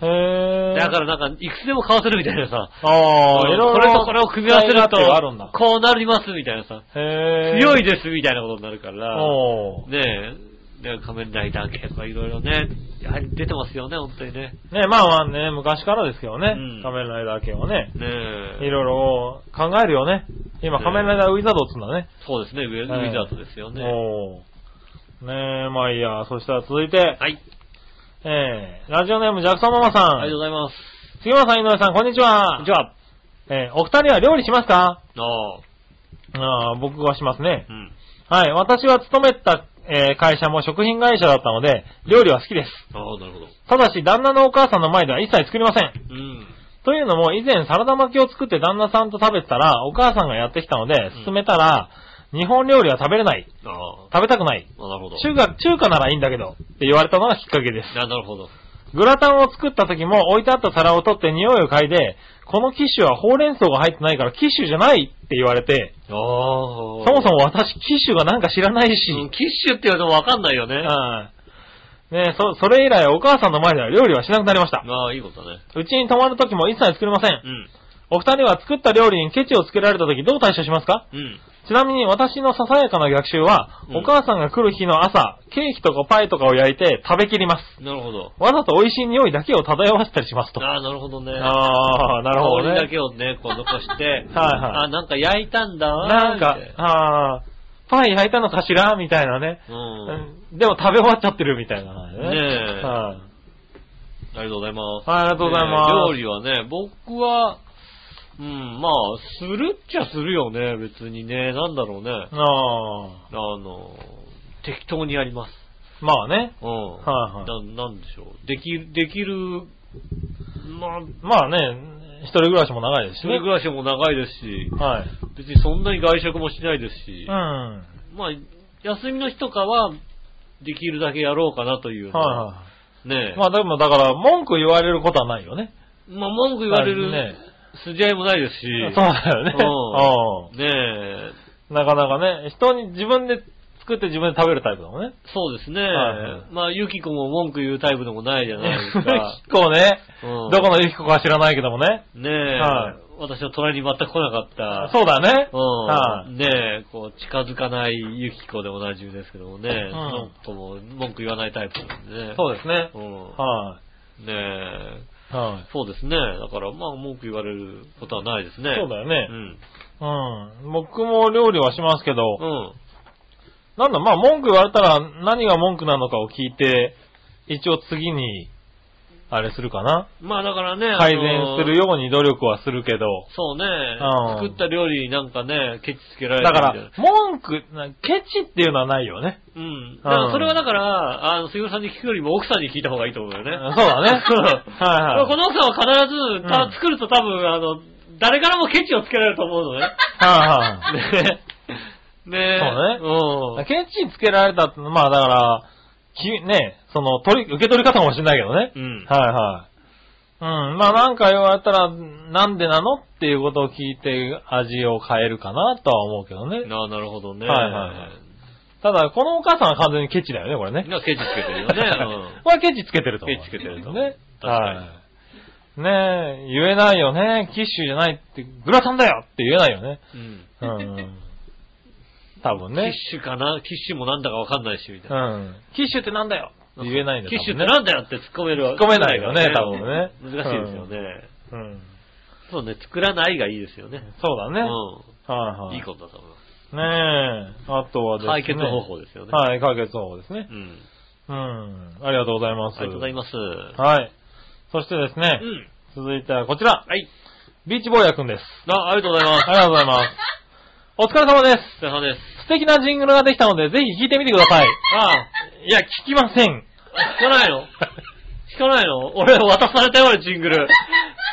へえ。
だからなんか、いくつでも買わせるみたいなさ、
ああ、いろいろ。
これとこれを組み合わせる
使い勝手があるん
と
だ、。
こうなりますみたいなさ、
へえ。
強い
い。
ですみたいなことになるから、
おー
ねえ、ねえ仮面ライダー系とかいろいろね、やはり出てますよね、本当にね。
ねまあまあね、昔からですけどね。
うん
仮面ライダー系はね。
ねえ。
いろいろ考えるよね。今、
ね
仮面ライダーウィザードっつうんだね。
そうですね、ウィウ
はい
ィザードですよね。は
おーねえ、まあいいや。そしたら続いて、
い。
えー、ラジオネームジャクソンママさ。
ありがとうんございます。
杉村さん、井上さん、こんにちは。
じゃあ、
えー、お二人は料理しますか
ああ、
あー僕はしますね
う。ん。
はい。私は勤めた、えー会社も食品会社だったので、料理は好きです。
ああ、なるほど。
ただし、旦那のお母さんの前では一切作りません。
うん。
というのも、以前サラダ巻きを作って旦那さんと食べてたら、お母さんがやってきたので
ん、
勧めたら、日本料理は食べれない。
ああ、
食べたくない。
あなるほど。
中華、中華ならいいんだけど、って言われたのがきっかけです。
あなるほど。
グラタンを作った時も置いてあった皿を取って匂いを嗅いで、このキッシュはほうれん草が入ってないからキッシュじゃないって言われて、
ああ。そ
そもそも私キッシュがなんか知らないし、
うんキッシュって言われてもわかんないよね。
はいねそ、それ以来お母さんの前では料理はしなくなりました。
まあ、いいことだね。
うちに泊まる時も一切作りません
う。ん。
お二人は作った料理にケチをつけられた時どう対処しますか
うん。
ちなみに私のささやかな逆襲は、
うん
お母さんが来る日の朝、ケーキとかパイとかを焼いて食べきります。
なるほど。
わざと美味しい匂いだけを漂わせたりしますと。
ああ、なるほどね。
ああ、なるほど
香りだ
ね。
けをね、こう残 して、はいはいあ、なんか焼いたんだわ
なんか
みたい、
ああ、パイ焼いたのかしらみたいなね。
うん。
うんでも食べ終わっちゃってるみたいな感じね。
ねえ
はい
ありがとうございます。
はいありがとうございます
ね料理はね、僕は、うん、まあ、するっちゃするよね、別にね。なんだろうね。あ
ああ、
の、適当にやります。
まあね。
うん。
はいはい
ななんでしょう。できる、できる、まあ、
まあね、一人暮らしも長いです
一
しね
人。暮らしも長いですし、
はい。
別にそんなに外食もしないですし
う、ん。
まあ、休みの日とかは、できるだけやろうかなという、
は
ね
い、はい。まあでもだから、文句言われることはないよね。
まあ、文句言われる、
ね
筋合いもないですし、
そうだよね。
う
うん
ねえ、
んなかなかね、人に自分で作って自分で食べるタイプだもんね。
そうですね。
はいはい
まあ、ゆきこも文句言うタイプでもないじゃないです か。
結構ね、
うん
どこのゆきこか知らないけどもね。
ねえ、
はい
私の隣に全く来なかった。
そうだね。
うん
はい
ねえ、こう、近づかないゆきこでおなじみですけどもね、
ん
その子も文句言わないタイプなんでね。
そうですね。
うん
は
ねえ、
い。はい。
そうですね。だから、まあ、文句言われることはないですね。
そうだよね
うん。
うん。僕も料理はしますけど、
うん。
なんだ、まあ文句言われたら何が文句なのかを聞いて、一応次に、あれするかな。
まあ、だからね、
改善する
よ。
ように努力はするけど、
そうね、
うん
作った料理になんかね、ケチつけられ
だ
る
か
みたい
ら
な、
文句、なケチっていうのはないよね。
うん。だからそれはだから、あの、杉村さんに聞くよりも奥さんに聞いた方がいいと思うよね。
そうだ ね。はいはい。
この奥さんは必ず、た
うん
作ると多分、あの、誰からもケチをつけられると思うの ね。
はいはい
ねえ。ねえ。
だからケチつけられたってのはまあだから、きね、その、取り、受け取り方かもしれないけどね。
うん。うん。
はいはい。うん。まあなんか言われたら、なんでなのっていうことを聞いて味を変えるかなとは思うけどね。
ああ、なるほどね。
はいはいはただ、このお母さんは完全にケチだよね、これね。
がケチつけてるよね。
これはケチつけてると思う。
ケチつけてると思う
ね。
確かに
はい。ねえ、言えないよね。キッシュじゃないって、グラタンだよって言えないよね。
うん。うん。
うん。多分
キッ
ね。
シュかなキッシュもなんだかわかんないし、みたいうな。
ん。キッシュってなんだよって言えないんだ
キ
よ
ッシュってなんだよって突っ込める
突っ込めないよね
突っ込めないから
多分ね
難しいですよね。
うん。
そうね、作らないがいいですよね。
そうだね。はい
うん。
はい
い
い。
ことだと思いま。
ねえ。あとはですすね。
解決方法ですよね。
はい、解決方法ですね
う。ん。
うん。ありがとうございます。
ありがとうございます。う
はい。そしてですね、
ん。
続いてはこちら。
はい。
ビーチボーヤくんです。
あ、ありがとうございます。
ありがとうございます。 お疲れ様です。
お疲れ様です。
素敵なジングルができたので、ぜひ聴いてみてください。
ああ、
いや、聞きません。
聞かないの聞かないの俺渡されたよ、俺ジングル。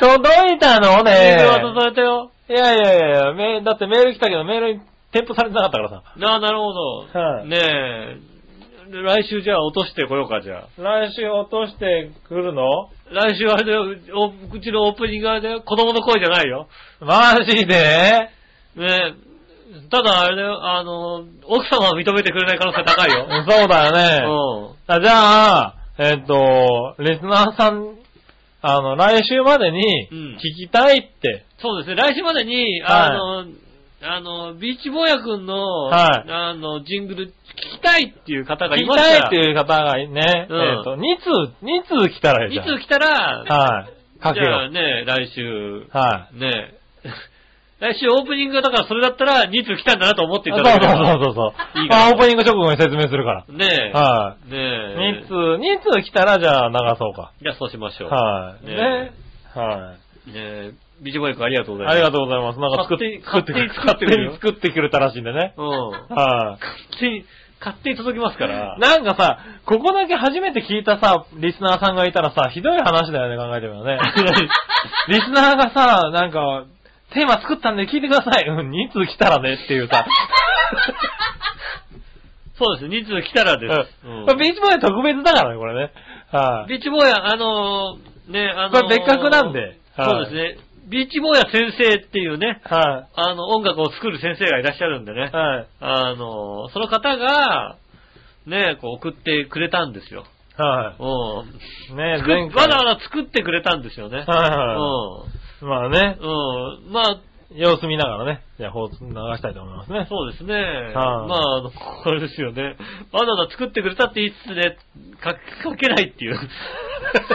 届いたの
ジン
ね
グル渡されたよ。
いやいやいやいやめ、だってメール来たけど、メールに添付されてなかったからさ。
なあ、なるほど。
はい
ねえ。来週じゃあ落としてこようか、じゃあ。
来週落としてくるの
来週あれだよ、おうちのオープニングあれだよ、子供の声じゃないよ。
マジで
ねえ。ただあれだよ、あの、奥様は認めてくれない可能性高い
そ
よ。
うだよね。
う
あじゃあ、えっと、リスナーさん、あの、来週まで
う
に
ん、
聞きたいって、
ん。そうですね、来週までに、
はい
あの、あの、ビーチ坊やくんの、
はい
あの、ジングル聞きたいっていう方が
聞
い
き
ました
い
た
っていう方がね、
うん
えっと、2通、2通来たらいいじ
い
ゃん。
つ来たら、
はい。かけ
じゃあ
よ
ね、来週、
う。はい。
ね、 来週オープニングがだからそれだったら2通来たんだなと思っていた
そう
だ
そ
ければ。
うそうそうそう。
いいか
ま
ら
あ、オープニング直後に説明するか
ね
ら。は
ね
い。2通、2通来たら、じゃあ流そうか。
じゃあそうしましょう。
はい。
ね
ね。はい。
ねビジボーイ君ありがとうございます。
ありが
う。
とうございます。なんか作って、
勝手に
勝手に作ってくれたらしいんでね。
うん。
はい。
勝手に、勝手に届きますから。
なんかさ、ここだけ初めて聞いたさ、リスナーさんがいたらさ、ひどい話だよね、考えてみれ ばね。リスナーがさ、なんか、テーマ作ったんで聞いてください。うん、2通来たらねっていうさ。
そうです。2通来たらです。
うん
うん
これビーチボーイ特別だからね、これね。はい、
ビーチボーヤ、あのーね、あのー
これ別格なんで
そ
はいう
ですね。ビーチボーヤ先生っていうね、
はい、
あの、音楽を作る先生がいらっしゃるんでね。
はい、
あの、その方が、ね、こう送ってくれたんですよ。
は
うん。
い。ね
作っ
前
わ
回。
ざわざ作ってくれたんですよね。
はい、
う
はい、まあね、
ん。うん。まあ、
様子見ながらね、じゃあ放送流したいと思いますね。
そうですね。ま
はい
ああの、これですよね。わざわざ作ってくれたって言いつつね、か、かけないっていう。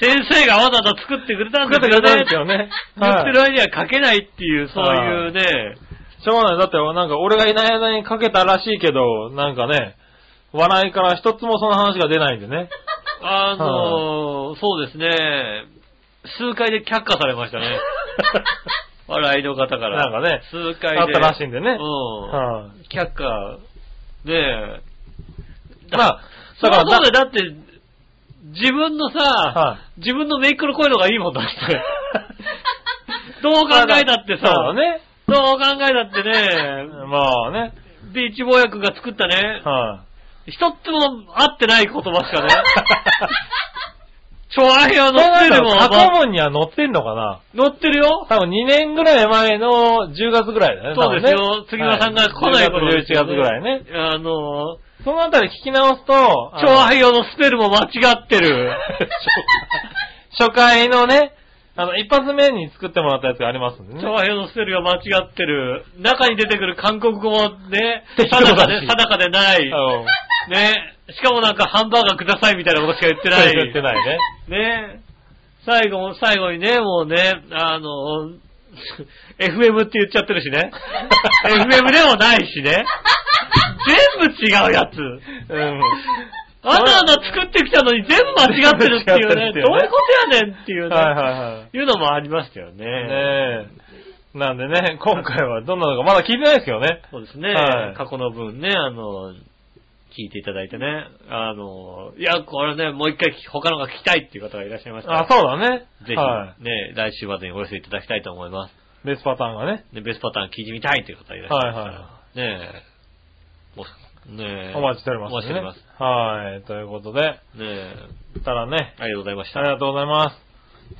先生がわざわざ作ってくれたんですよね。
作ってくれたんですよね
言ってる
は
間にはかけないっていう、そういうね。
しょうがない。だって、なんか俺がいない間にかけたらしいけど、なんかね、笑いから一つもその話が出ないんでね。
あのー、そうですね。数回で却下されました ね。笑いの方から。
なんかね
数回で。
あったらしいんでね。
うん。
は
却下。ねえ。
まあ
だから、
だから
そうだよだって、自分のさ、
は
自分のメイクの声の方がいいもんだ って。どう考えたって
そう
さ、
だね。
どう考えたってね、
まあね。
で、一望役が作ったね、
は
一つも合ってない言葉し かね。ちょあへよ
い。そう
乗っ
な
て
る
るも
と、
ん。
過去問には載ってんのかな
乗ってるよ
多分2年ぐらい前の10月ぐらいだね。
そうですよ。
多分ね
杉村さんが来ない頃
は
ですよ
10月、11月ぐらいね。。
あの、
そのあたり聞き直すと、あ
調
の
和用のスペルも間違って る。
初回のね、あの、一発目に作ってもらったやつがありますんでね。
調和用のスペルが間違ってる。中に出てくる韓国語もね、定
適当だし
かで、定かでない。
うん
ね。しかもなんかハンバーガーくださいみたいなことしか言ってない。
言ってないね。
ね。最後も最後にね、もうね、あの、FM って言っちゃってるし ね。FM でもないしね。全部違うやつ。
うん。
あなあな作ってきたのに全部間違ってるっていう
間違
ね、
ってるっていうね
どういうことやねんっていうね、
はいはいはい。
いうのもありましたよね。
ねえ。なんでね、今回はどんなのかまだ聞いてないですけどね。
そうですね、
はい
過去の分ね、あの、聞いていただいてね、あの、いや、これね、もう一回聞き他のが聞きたいっていう方がいらっしゃいましたら
あ、そうだね。
ぜ
は
ひ、ね、来週までにお寄せいただきたいと思います。
い。ベースパターンがね、
ね、ベストパターン聞いてみたいという方いらっしゃいましたら、ねえ、もうねえ
お待ちしております、ね。
お待ちしております。
はい。ということで、
ね
たらね
え、、ありがとうございました。
ありがとうございます。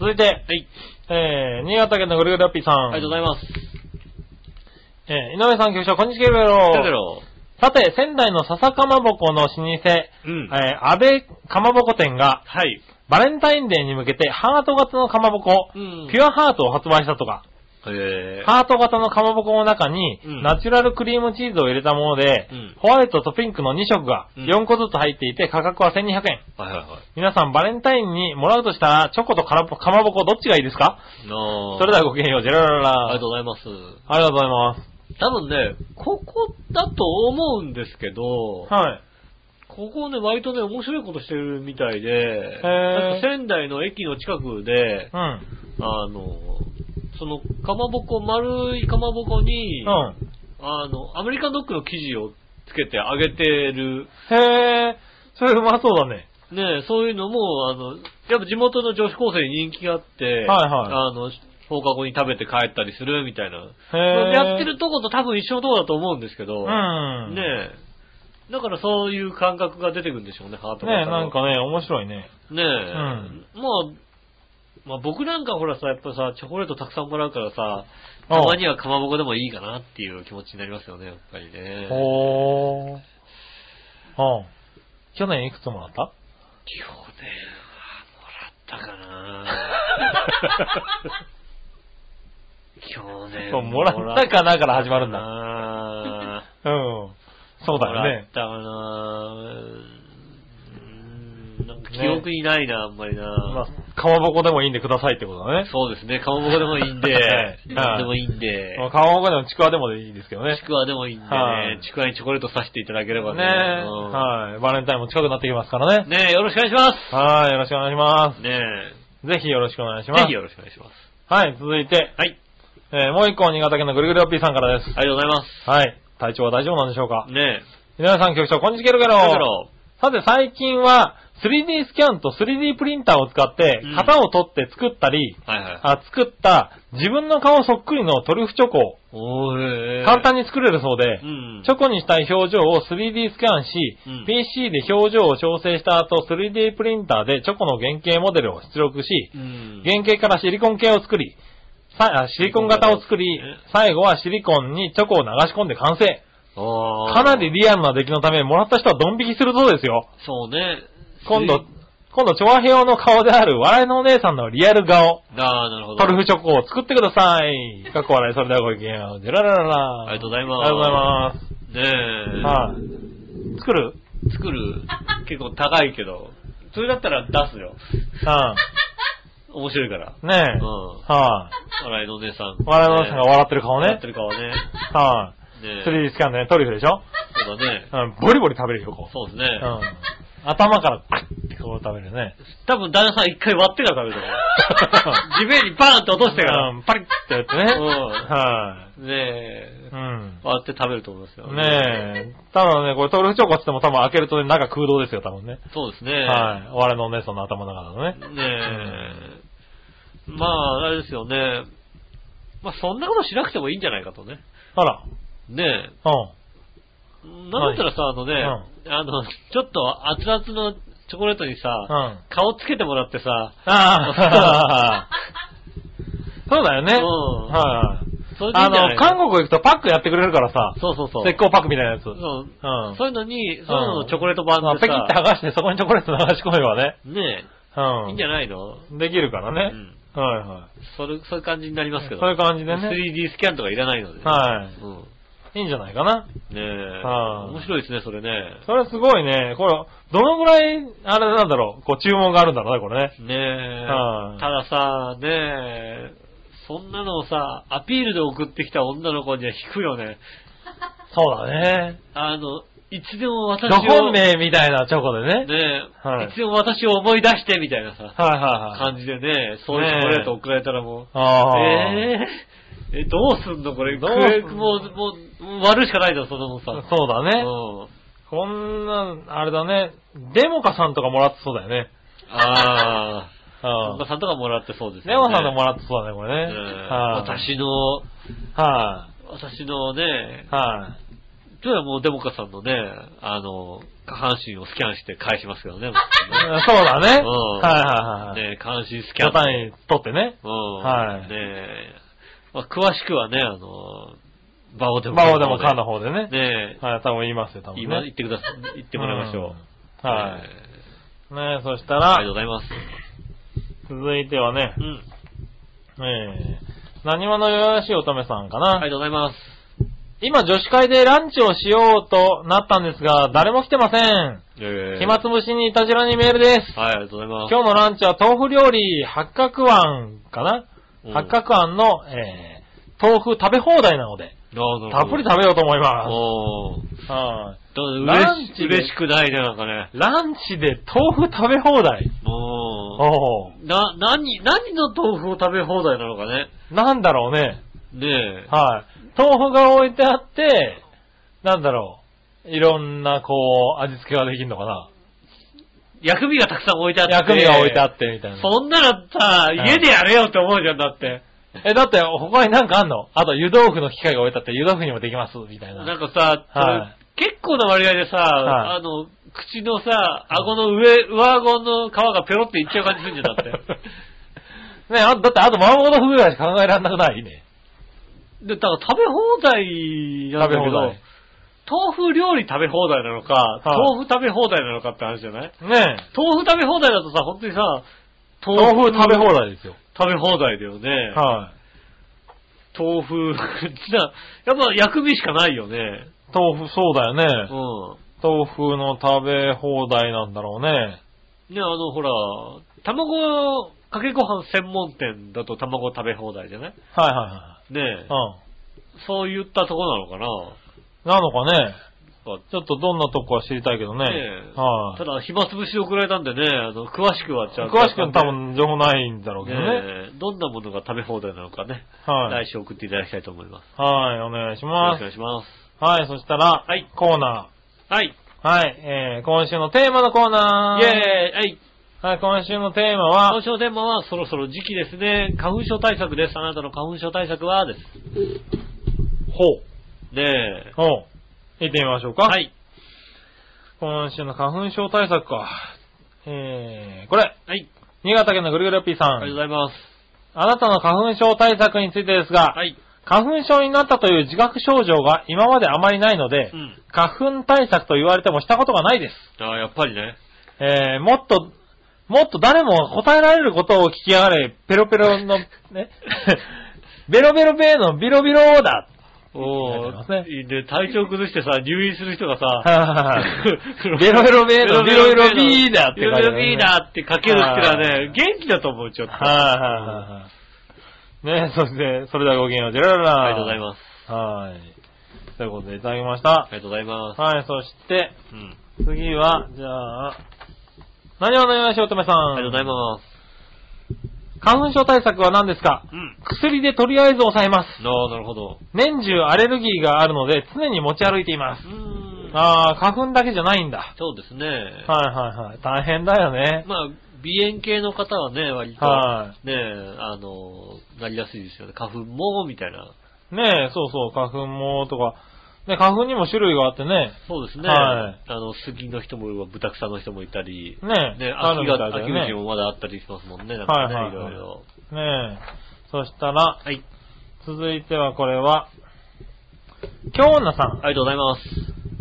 続いて、
はい、
えー、新潟県のぐるぐるラッピーさん。
ありがとうございます。
えー、井上さん、局長、こんにちは、ケルベ
だけ
ロ。
ど、
さて、仙台の笹かまぼこの老舗、え
うん。
ー、安倍かまぼこ店が、
はい。
バレンタインデーに向けてハート型のかまぼこ、
うん
ピュアハートを発売したとか、
えー、
ハート型のかまぼこの中に、
うん
ナチュラルクリームチーズを入れたもので、
うん
ホワイトとピンクの2色が
うん
4個ずつ入っていて、価格は1200円。
はいはいはい。
皆さん、バレンタインにもらうとしたら、チョコとかラかまぼこどっちがいいですか
なあ
それではごきげんよう、ジェラララ
あ
ラ。
りがとうございます。
ありがとうございます。
多分ね、ここだと思うんですけど、
はい。
ここね、割とね、面白いことしてるみたいで、
ー
なんか仙台の駅の近くで、
うん。
あの、その、かまぼこ、丸いかまぼこに、
うん。
あの、アメリカンドッグの生地をつけて揚げてる、
へえ、それうまそうだね。
ね、そういうのも、あの、やっぱ地元の女子高生に人気があって、
はいは
あの、放課後に食べて帰ったりするみたいな。
へえ。
やってるとこと多分一緒のとこだと思うんですけど、
うん。ね
ねえ。だからそういう感覚が出てくるんでしょうね、ハー
え、
ト型の
なんかね、面白いね。
ねえ。まあ、まあ僕なんかほらさ、やっぱさ、チョコレートたくさんもらうからさ、たまにはかまぼこでもいいかなっていう気持ちになりますよね、やっぱりね。
ほー。うん。去年いくつもらった
去年はもらったか な去年
そうもらったかなから始まるんだ
だ。
うん。そうだよね。
もらったかなうーんなんか記憶にないな、あんまりな。
まあ、かまぼこでもいいんでくださいってことだね。
そうですね、かまぼこでもいいんで
はい、
何でもいいんで
ま、あかまぼこでもちくわでもいいですけどね。
ちくわでもいいんで
はい
ね、ちくわにチョコレートさせていただければ
ね
ね。うん
はい。バレンタインも近くなってきますからね。
ねえ、よろしくお願いしま。
はい。よろしくお願いします
ねえ、
す。ぜひよろしくお願いします。
ぜひよろしくお願いします。
はい。続いて、
はい、
えーもう一個、新潟県のぐるぐるおっぴーさんからです。
ありがとうございます。
はい。体調は大丈夫なんでしょうか
ね
皆さん局長、こんにちはゲロゲ
え、
ロ。
だから、
さて最近は 3D スキャンと 3D プリンターを使って
うん
型を取って作ったり、
はいはい。
あ作った自分の顔そっくりのトリュフチョコを
おー、えー
簡単に作れるそうで、
うん。
チョコにしたい表情を 3D スキャンし、
うん
PC で表情を調整した後 3D プリンターでチョコの原型モデルを出力し、
うん。
原型からシリコン系を作り、さあシリコン型を作り
シリコン型ね、
最後はシリコンにチョコを流し込んで完成。
あー
かなりリアルな出来のため、もらった人はドン引きするそうですよ。
そうね。
今度、今度、調和平の顔である笑いのお姉さんのリアル顔、
ああ、なるほど。
トルフチョコを作ってください。かっこ笑い、それではご意見を。ジェララララ。
ありがとうございます
ありがとうございま
ねえ。
す。はい。作る
作る、結構高いけど、それだったら出すよ。面白いから。
うん。ねえ。
うん
はい。
笑いのお姉さん。
笑いのお姉さんが笑ってる顔
笑
ね
って。る顔ね。
は
ね
い。
え
3D スキャンでね、トリュフでしょ
そうだね。
うん、ボリボリ食べるよ、こう。
そうですね。
うん。頭からパッてこう食べるね。
多分旦那さん一回割ってから食べるか ら地面にバーンって落としてから。
うん、パリッてやってね。
うん
は
ねえ
い。。うん。
割って食べると思いますよ。
ねえ。ただね、これトリュフチョコってっても多分開けるとね、中空洞ですよ、多分ね。
そうですね。
はい。我々のお姉さんの頭の中だとね。
ねえ。まあ、あれですよね。まあ、そんなことしなくてもいいんじゃないかとね。
あら。
ね
うん。
え。なんだったらさ、あのね、あの、ちょっと熱々のチョコレートに
うん。
さ、
あ
顔つけてもらってさ、
あ。そうだよね。
うん
はい。
それでいい
あ
んじゃな
の、
いか
韓国行くとパックやってくれるからさ、
そうそうそう。
石膏パックみたいなやつ。
そうう。
ん。
そういうのに、そういうののチョコレート版
まあ
で
ペキって剥
さ、
がしてそこにチョコレート流し込めばね。
ねえ、いいんじゃないの
うん。できるから
う
ね。
ん
はいは
それ、そういう感じになりますけ
い。
ど。
そういう感じでね。
3D スキャンとかいらないので。
はい
うん。
いいんじゃないか
ね
な。
え。
はい
面白いですね、それね。
それすごいね。これ、どのぐらい、あれなんだろう、こう注文があるんだろうね、これね。
ねえ
はい。
たださ、ねえ、そんなのをさ、アピールで送ってきた女の子には引くよね。
そうだね。
あの、いつでも私
ド
を、
本
ね
命みたいなチョコでね。
え、
はい
い、つでも私を思い出してみたいなさ、
はいはいはい。
感じでね、そういうチョコレート送られたらもう、
ああ。
えええ、どうすんのこれ、
どうすん
も
の
う、もう、もう割るしかないだろ、そんなもんさ。
そうだね。
うん
こんなん、あれだね。デモカさんとかもらってそうだよね。
ああ。神
う
田
ん。
さんとかもらってそうです
デモさんと
ら
もらってそうだね、これね。はい。
私の、
は
私のね
い。、はい。
それはもうデモカさんのね、あの、下半身をスキャンして返しますけどね。
そうだね。
うん
はいはいはいはい。
ね下半身スキャ
ボ
ン。
タンに取ってね。
うん。
は
ね
い
えまあ詳しくはね、あの、バオデモ
魔王でもカンの方で
ね
ね。
え、
はい、多分言いますよ、多分ね。
今言ってください、言ってもらいましょう。
は
ね
い。
え
ねそした
ありがとうご
ら、
ざいます。
続いてはね
う、ん。
えー何話のよよよしい乙女さんか
あ
な。
りがとうございます。
今女子会でランチをしようとなったんですが、誰も来てません。
え
暇つぶしにいたじらにメールです。
はい、ありがとうございます。
今日のランチは豆腐料理、八角餡かな、
うん
八角餡の、えー、豆腐食べ放題なので、
日
たっぷり食べようと思いま
おー。
す。はい
だ
ラン
嬉し
チで
嬉しくないね、なんかね。
ランチで豆腐食べ放題。
おー。
おー
な、何、何の豆腐を食べ放題なのかね。
なんだろうね。
ねえ。
はい。豆腐が置いてあって、なんだろう。いろんな、こう、味付けができるのかな。
薬味がたくさん置いてあって。
薬味が置いてあって、みたいな。
そんなのさ、
ん
家でやれよって思うじゃんだって。
え、だって、他になんかあんのあと、湯豆腐の機械が置いてあって、湯豆腐にもできます、みたい
な
な。
んかさ、
はい
それ結構な割合でさ、
はい
あの、口のさ、顎の上、上顎の皮がペロっていっちゃう感じするんじゃんだ って。
ね、あだって、あと、麻婆豆腐ぐらいしか考えられなくないね。
で、だから食べ放題なんだ
食
け
べ
ど
放題。
豆腐料理食べ放題なのか、
い
豆腐食べ放題なのかって話じゃない
ね
豆腐食べ放題だとさ、本当にさ、
豆腐食べ放題ですよ。
食べ放題だよね。
は
豆腐、 なやっぱ薬味しかないよね。
い。豆腐、そうだよね。
うん。
豆腐の食べ放題なんだろうね。
ね、あの、ほら、卵かけご飯専門店だと卵食べ放題じゃない
はいは
ねえ
いは
そういったとこなのか
い。うん。なのかね。
な
ちょっとどんなとこか知りたいけどね。
ねえ
はい、
ただ、暇つぶし送られたんでね、あの、詳しくはちゃんと。
詳しくは多分情報ないんだろうけどね。
ねえどんなものが食べ放題なのかね、
は
来
い。
週送っていただきたいと思います。
はい、お願いし
よろ
ま
しくお願い
す。
します。
はい、そしたら、
はい
コーナ
はい。
ー。はい、えー、今週のテーマのコーナ
イ
ー。
ェーイはい。
はい、今週のテー
今
マは、
週のテーマはそろそろ時期ですね。花粉症対策です。あなたの花粉症対策はです。
ほ
ねえ。
う。ほう。行ってみましょうか。
は。い。
今週の花粉症対策か。えー、これ。
はい。
新潟県のぐるぐるピーさ。
ありがとうんございます。
あなたの花粉症対策についてですが、
はい。
花粉症になったという自覚症状が今まであまりないので、
うん。
花粉対策と言われてもしたことがないです。
ああ、やっぱりね。
えー、もっと、もっと誰も答えられることを聞きやがれ、ペロペロの、ね、 ベロベロベーのビロビ ロだ。
お
ありがとうござい
ー
ま。
で、体調崩してさ、入院する人が
は
さ、
いはいはいベロベロベーのビロビロビーだって
ビ
書い
ロビ
てある
ロ
ね
ビーだってかける人はね
は、い
元気だと思う、ちょっと。
はいはいはいはい。ね、そして、それではごきげんよう、ジェラララ
ありがとうございます。
す。はい。ということで、いただきました
あ。りがとうございます。
はい、そして、
うん。
次は、じゃあ、何話のよしおとめさん。
ありがとうございます。
花粉症対策は何ですか
うん。
薬でとりあえず抑えます。
ああ、なるほど。
年中アレルギーがあるので常に持ち歩いていま
う
す。
ん。
あー、花粉だけじゃないんだ。
そうですね。
はいはいはい。大変だよね。
まあ、鼻炎系の方はね、割と、
は
ねえ、あの、なりやすいですよね。花粉も、みたいな。
ねえ、そうそう、花粉もとか。ね、花粉にも種類があってね。
そうですね。
はい
あの、杉の人もいれば、ブタクサの人もいたり、
ねえ、
ね、
あ
秋
るみた
が、
いだよ
秋
ね
口。もまだあったりしますもんね。なんかね、
はいいはいはい
ろいろ。
ねえ。そしたら、
はい。
続いてはこれは、京女さん。
ありがとうございます。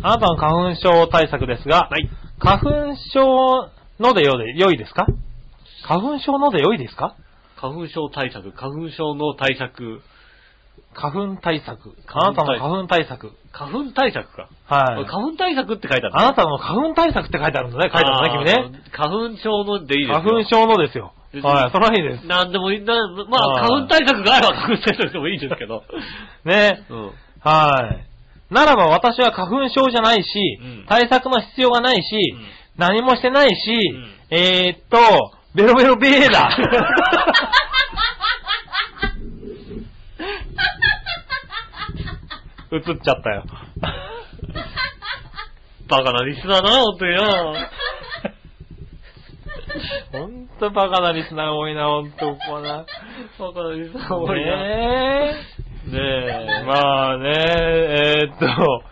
あなたの花粉症対策ですが、
はい。
花粉症のでよで良いですか花粉症ので良いですか
花粉症対策、花粉症の対策、
花粉対策。あなたの花粉対策。
花粉対策か。
はい。
花粉対策って書いてある
あなたの花粉対策って書いてあるんだね、書いてあるね、君ね。
ね。花粉症のでいいですよ
花粉症のですよ。
別に
はい、そらいいです。
なんでもいい、なまあ、
あー
花粉対策があれば花粉対策でもいいです けど。
ね。
うん。
はい。ならば私は花粉症じゃないし、
うん
対策の必要がないし、
うん
何もしてないし、
ん
えーっと、ベロベロベーだ。映っちゃったよ。
バカなリスナーだな、ほんとによ。
ほんとバカなリスナー多いな、ほんと、ここな。
バカなリスナー 多いな。ね
ねえ。
え。
まあねえ、ーっと、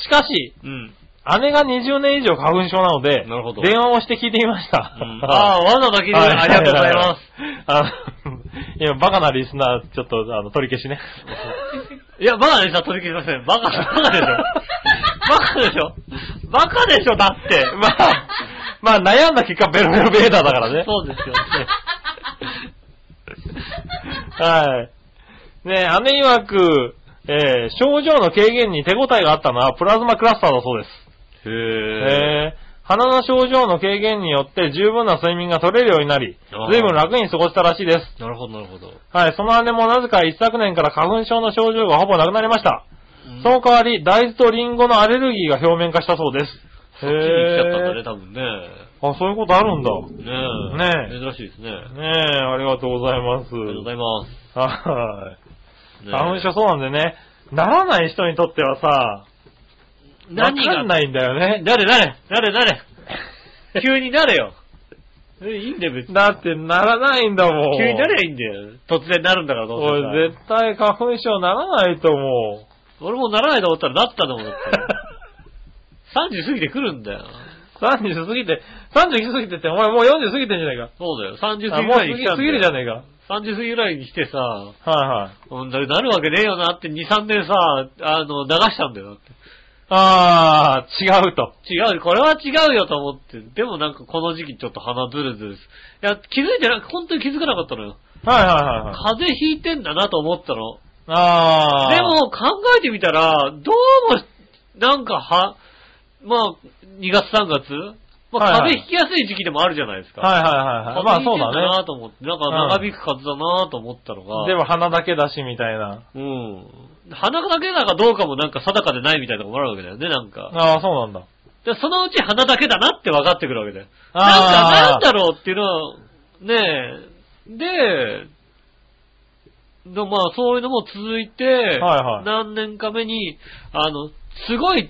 しかし、
うん。
姉が20年以上花粉症なので、
なるほど
電話をして聞いてみました。
うんああ、わざわざ聞いてくれて
はい
ありがとうございます。
あの、今、バカなリスナー、ちょっと、あの、取り消しね。
いや、バカでしょ、取り消しません。バカ、バカでしょ。バカでしょ。バカでしょ、だって。
まあ、まあ、悩んだ結果、ベロベロベーターだからね。
そうですよね。
はい。ねえ、姉曰く、えー症状の軽減に手応えがあったのはプラズマクラスターだそうです。
へえ。
えー鼻の症状の軽減によって十分な睡眠が取れるようになり
あ、ー
随分楽に過ごしたらしいです。
なるほど、なるほど。
はい、その姉もなぜか一昨年から花粉症の症状がほぼなくなりました。その代わり、大豆とリンゴのアレルギーが表面化したそうです。
そっちに来ちゃったんだ
へ
ね、
ー
多分ね。
あ、そういうことあるんだ。
ねえ。
ねえ
珍しいですね。あ
ねえ、ありがとうございます。
りがとうございます。ね
はい。
え
花粉症そうなんでね、ならない人にとってはさ、わ
何
か
が
んないんだよね。
なれなれ、なれな れ。急になれよ。えいいんだよ、別に。
だってならないんだもん。
急になればいいんだよ。突然なるんだから、どうせさ
俺絶対花粉症ならないと 思う。
俺もならないと思ったらなったんだも ん、だって。30過ぎてくるんだよ。
30過ぎて、30過ぎてって、お前もう40過ぎてんじゃないか。
そうだよ。30過
あ
ぎ
も
ぐら
う過
いに
ぎ
来たん
過ぎ
だ
るじゃ
よ。
ねえか。
30過ぎぐらいに来てさ、
はいはい。
うんだなるわけねえよなって2、3年さ、あの、流したんだよ。だって
あー、違うと。
違う、これは違うよと思って。でもなんかこの時期ちょっと鼻ずるずるす。いや、気づいてなく、本当に気づかなかったのよ。
はいはいはいはい。
風邪ひいてんだなと思ったの。
あー。
でも考えてみたら、どうも、なんかは、まあ、2月3月、まあ、
はいは
風
い
邪ひきやすい時期でもあるじゃないですか。
はいはいはいはい。まあそ
風
う
邪ひいてんだ
だね。
なと思って、なんか長引く風邪だなと思ったのが。
でも鼻だけだし、みたいな。
うん。鼻だけなのかどうかもなんか定かでないみたいなとこもあるわけだよね、なんか。
あー、そうなんだ。
で、そのうち鼻だけだなって分かってくるわけだよ。なんかな
あ
ん
ー
だろうっていうのは、ねえ、で、でまあそういうのも続いて、
はいはい
何年か目に、あの、すごい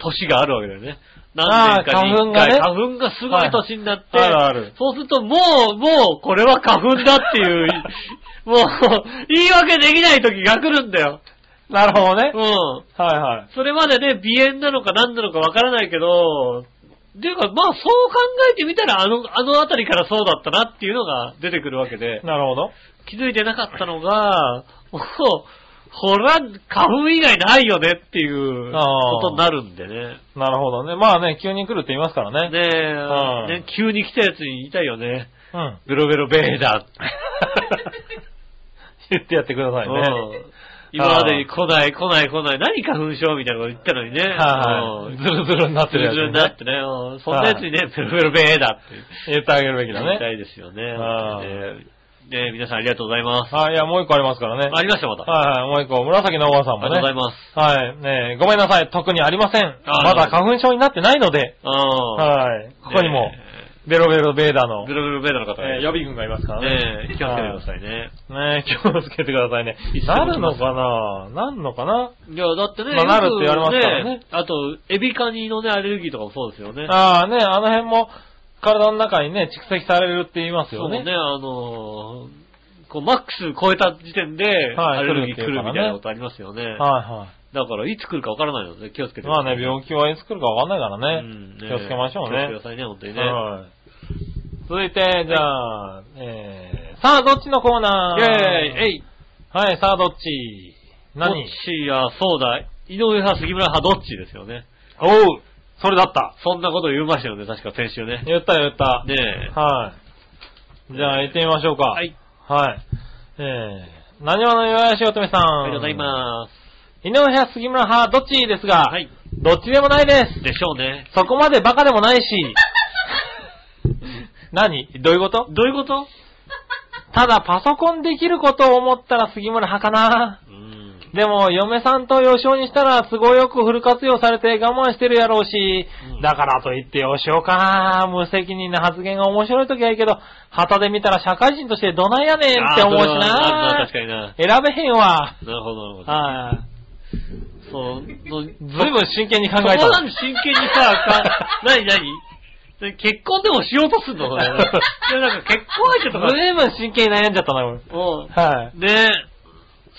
年があるわけだよね。何年かに一回
あー花粉がね
花粉がすごい年になって、
はいあるある
そうするともう、もうこれは花粉だっていう、 もう言い訳できない時が来るんだよ。
なるほどね
う。ん。
はいはい。
それまでね、鼻炎なのか何なのかわからないけど、っていうか、まあそう考えてみたら、あの、あのあたりからそうだったなっていうのが出てくるわけで、
なるほど。
気づいてなかったのが、もう、ほら、花粉以外ないよねっていう
あー
ことになるんでね。
なるほどね。まあね、急に来るって言いますからね。
ね
うん
え、ね急に来たやつに言いたいよね。
うん。
ベロベロベー ダ
言ってやってくださ
ー。
いうね。
ん今までに来ない来ない来ない、何花粉症みたいなこと言ったのにね。
は
う
いはい。
ん
ズルズルになって
ズ
る
ル
や
ズ
つ、
ル
ね。
になってね、うんそんなやつにね、ベロベロベーだって
言ってあげるべきだ
言いた
ね。
いですよね。
ああ
ねね皆さんありがとうございます。
はい、いや、もう一個ありますからね。
ありました、また。あ
はい、もう一個、紫のおばさん
り
も
がとうござい
ね。
ます。
はい、ねえごめんなさい、特にありません。
あ
まだ花粉症になってないので、
ああ
はい、ここにも
ね、
ベロベロベーダーの
ベ、ロベロベーダの方が
えー
ね
予備軍がいますからね。
ね気をつけてくださいね。
ねえ気をつけてくださいね
いつ。でも
なるのかななんのかない
や、だってね、
まあなるって言われますか
よ
らね
くあと、エビカニのね、アレルギーとかもそうですよね。
ああ、ねあの辺も、体の中にね、蓄積されるって言います
そ
よ
う
ね。
ね、あのー、こう、マックス超えた時点で、
はい
アレルギー来
来るってい
る
うからね
みたいなことありますよね。
はいはい。
だから、いつ来るかわからないので、気をつけてくだ
まあ
さい
ね、病気はいつ来るかわかんないからね。
うん
気をつけましょうね
気をつけてくださいね、本当にね。
はい続いて、じゃあ、えー、さあ、どっちのコーナー
イェーイえい
はい、さあ、どっち
どっ
何
ちや、そうだ、井上派、杉村派、どっちですよね。
おうそれだった
そんなこと言いましたよね、確か先週ね。
言った言った。
ねえ。
はい。じゃあ、行ってみましょうか。
はい。。
はい。えー、何話の岩屋しおとめさん。
ありがとうございます。
す。井上派、杉村派、どっちですが、
はい。
どっちでもないです。
でしょうね。
そこまでバカで もないし、何どういうこと
どういうこと
ただパソコンできることを思ったら杉村派かな。
うーん。
でも、嫁さんと幼少にしたら都合よくフル活用されて我慢してるやろうし
うん、
だからといって幼少か、無責任な発言が面白い時はいいけど、旗で見たら社会人としてどないやねんって思うし
あー
な
そ。れはあるな確かにな。
選べへんわ。
なるほど、なる
はい
ほど。そう、そう、ずい
ずいぶん真剣に考
そ
えた
こ。なんで真剣にさ、 か、なになに結婚でもしようとすんのそれ。いや、なんか結婚相手とか
ず、いぶん真剣に悩んじゃったな、俺
うん。
はい。
ね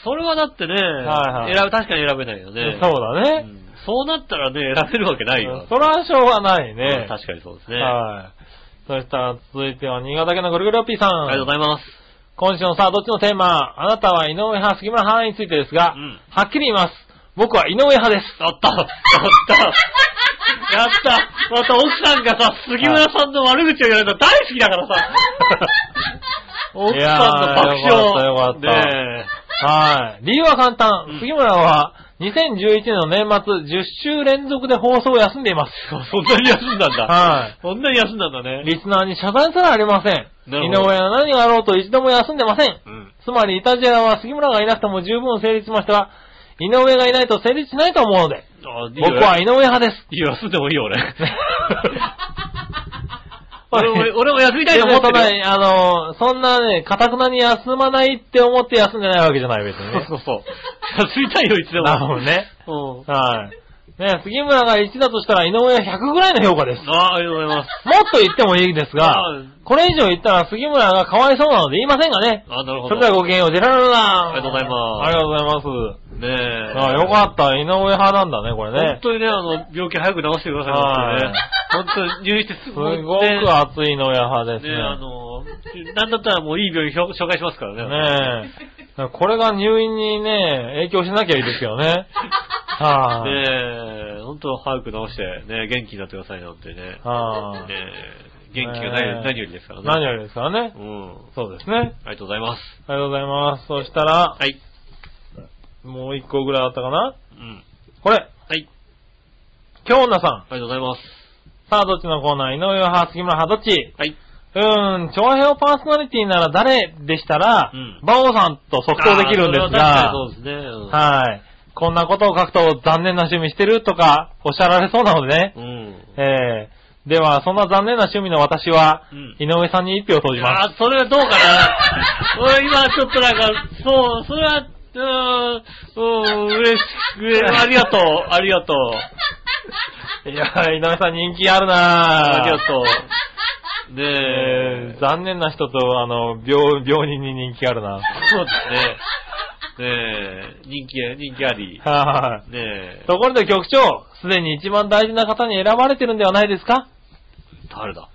それはだってね、
はいはい
選べ、確かに選べないよね。
そうだ
う
ね。
んそうなったらね、選べるわけないよ。
それはしょうがない
うん
ね。
確かにそうですね。あ
はい。そしたら続いては新潟県のぐるぐるおっぴーさん。
りがとうございます。
今週のさあ、どっちのテーマあなたは井上派、杉村派についてですが、
うん
はっきり言います。僕は井上派です。
やったやったやったまた奥さんがさ、杉村さんの悪口を言われたら大好きだからさ。奥さんの爆笑。
いやーよかったよかった
ね
はい。理由は簡単。
うん
杉村は、2011年の年末、10週連続で放送を休んでいます。
そんなに休んだんだ。
は
そんなに休んだんだね
い。。リスナーに謝罪すらありません。
な
井
る
上
ほど
は何があろうと一度も休んでません。
うん。
つまり、イタジェラは杉村がいなくても十分成立しましたが、井上がいないと成立しないと思うので、
あいいよ
僕はい井上派です。
いよ休んでもいいよ、 俺。
はい
俺も、俺も休みたいと思って
でもただ
るよ。
ねあの、そんなね、かたくなに休まないって思って休んでないわけじゃない、別にね。
そうそうそう。休みたいよ、いつでも。
なるほどね。
うん。
はい。ね、杉村が1だとしたら井上は100ぐらいの評価です。もっ
ああ、ありがとうございます。
と言ってもいいですが
はい、
これ以上言ったら杉村がかわいそうなので言いませんがね。
あなる
そ
ほ
れ
ど。
ではごきげんよう、ジェラルラ
ありがとうございます
ありがとうございます。
ねえ。
あよかった、井上派なんだね、これ
本
ね。
当にね、あの、病気早く治してくださいね。本当に入院してす
す
ぐ
ご
ね
く熱い井上派です
ねあ
ね。
の、なんだったらもういい病院紹介しますからね。
ねえ。これが入院にね、影響しなきゃいいです よね。はい、
ねえ、本当早く治して、ね元気になってくださいなんてね。
はい、
ねえ元気がない、
ねえ
何よりですからね。
何よりですからね
う。ん。
そうですね。
ありがとうございます。
ありがとうございます。そしたら、
はい。
もう一個ぐらいあったかな
うん。
これ、
はい。
京女さん。
ありがとうございます。
さあ、どっちのコーナー井上派、杉村派、どっち
はい。
うーん、長編パーソナリティなら誰でしたら、
うん
馬王さんと即答できるんですが、
あーそれは確か
はい。こんなことを書くと残念な趣味してるとかおっしゃられそうなのでね。
にそうですね。
えー、では、そんな残念な趣味の私は、
うん
井上さんに一票投
うん。
じ
あ
ま
ー、それはどうかな 俺今ちょっとなんか、そう、それは、うーん、うん、嬉しく、ありがとう、ありがとう。
す。いやー、井上さん人気あるな
ありが
う。
とう。ね
え
え
ー、、残念な人と、あの、病、病人に人気あるな
そうですね。ねえ、人気、人気あり。
はい。
ねえ、
ところで局長、すでに一番大事な方に選ばれてるんではないですか
誰だ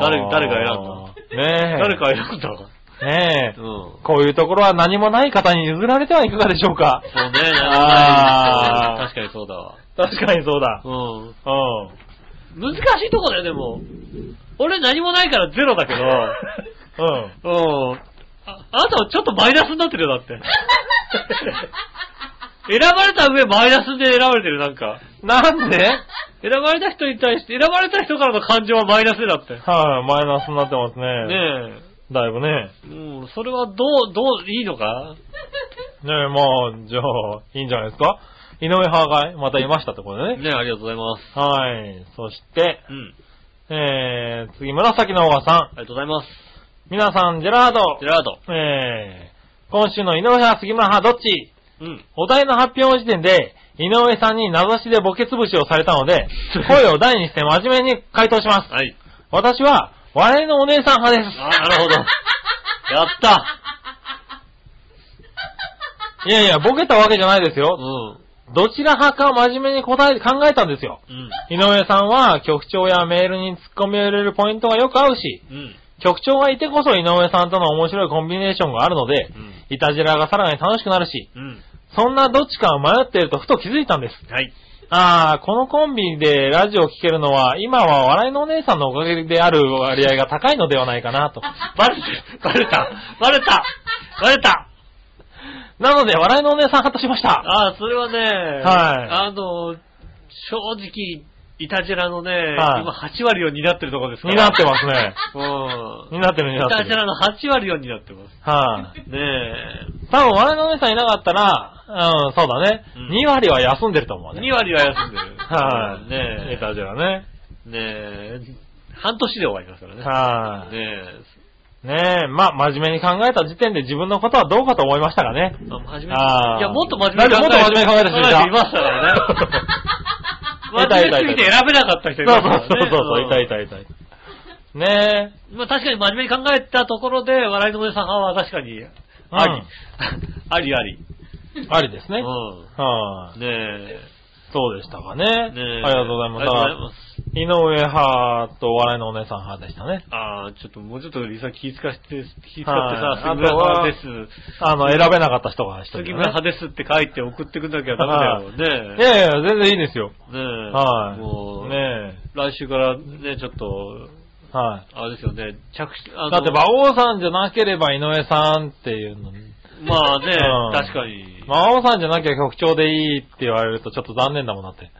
誰
誰が
選んだねえ。
誰か選んだ
ね
う
え。
ん。
こういうところは何もない方に譲られてはいかがでしょうか
そうね、
あー
確かにそうだわ。
確かにそうだ。
うん。
うん。
難しいとこだよ、でも。俺何もないからゼロだけ
うん。
ど、うん。ああなたはちょっとマイナスになってるよ、だって。 選ばれた上マイナスで選ばれてる、なんか。
なんで
選ばれた人に対して、選ばれた人からの感情はマイナスでだって。
はい、マイナスになってますね。
ね
だいぶね。
え。うん、それはどう、どう、いいのか
ねえ、まあ、じゃあ、いいんじゃないですか井上派がまたいましたってことでね。
ねえ、ありがとうございます。
はい。そして、
うん。
えー、次、紫のオーガさん。
ありがとうございます。
皆さん、ジェラード
ジェ。ラード。
えー、今週の井上派、杉村派、どっち
うん。
お題の発表時点で、井上さんに名指しでボケ潰しをされたので、声を大にして真面目に回答します。
はい。
私は、笑いのお姉さん派です。
あなる ほど。やった
いやいや、ボケたわけじゃないです
う
よ。
ん。
どちら派か真面目に答え、考えたんですよ。
うん。
井上さんは局長やメールに突っ込みを入れるポイントがよく合うし、
うん。
局長がいてこそ井上さんとの面白いコンビネーションがあるので、
うん。
いたじらがさらに楽しくなるし、
うん。
そんなどっちかを迷っているとふと気づいたんです。
はい。
あー、このコンビでラジオを聴けるのは、今は笑いのお姉さんのおかげである割合が高いのではないかな と。
バレた、バレた、バレた、バレた。
なので、笑いのお姉さん派としました。
ああ、それはね、
はい
あの、正直、イタジェラのね、
はい
今8割を担ってるところですから。
になってますね。
うん。
になってるに
イ
なって
タジェ
る。
ラの8割を担ってま
はい、
す。ねえ。
多分、我々のお姉さんいなかったら、うん、そうだね。
うん
2割は休んでると思うね。
2割は休んでる。
はい、
ねえ。
ネタじゃね。
ねえ。半年で終わりますからね。
はい、
ねえ。
ねえ、まあ、真面目に考えた時点で自分のことはどうかと思いましたがね。
あ真面目に
あー
いや、もっと真面目に考え
だってもっと真面目に考えた人いた
いましたから ね。真面目すぎて選べなかった人
そ
いう
そ
ま
う
したからね。
そうそう、いたいたいたいた。ねえ。
まあ確かに真面目に考えたところで、笑いのおじさん派は確かに、あり、 ありあり。
ありです
う
ね。はい、
ん。ねえ。
そうでしたかね。
ねえ
ありがとうござい
あ
ます
りがとうございます。。
井上派とお笑いのお姉さん派でしたね。
ああ、ちょっともうちょっと理想気遣って、気遣って
は
さ
い、
杉村派です。
あの、選べなかった人が一人、ね。
杉村派ですって書いて送ってくんなきゃダメだよ。
い
ね
やいや、全然いいですよ。
え。ねえ。
はい。
もう、
ね
来週からね、ちょっと、
え。はい。
あれですよね、着手、あの
だって、馬王さんじゃなければ井上さんっていうのに、
まあね
うん、
確かに。
まあ、青さんじゃなきゃ局長でいいって言われるとちょっと残念だもんなって。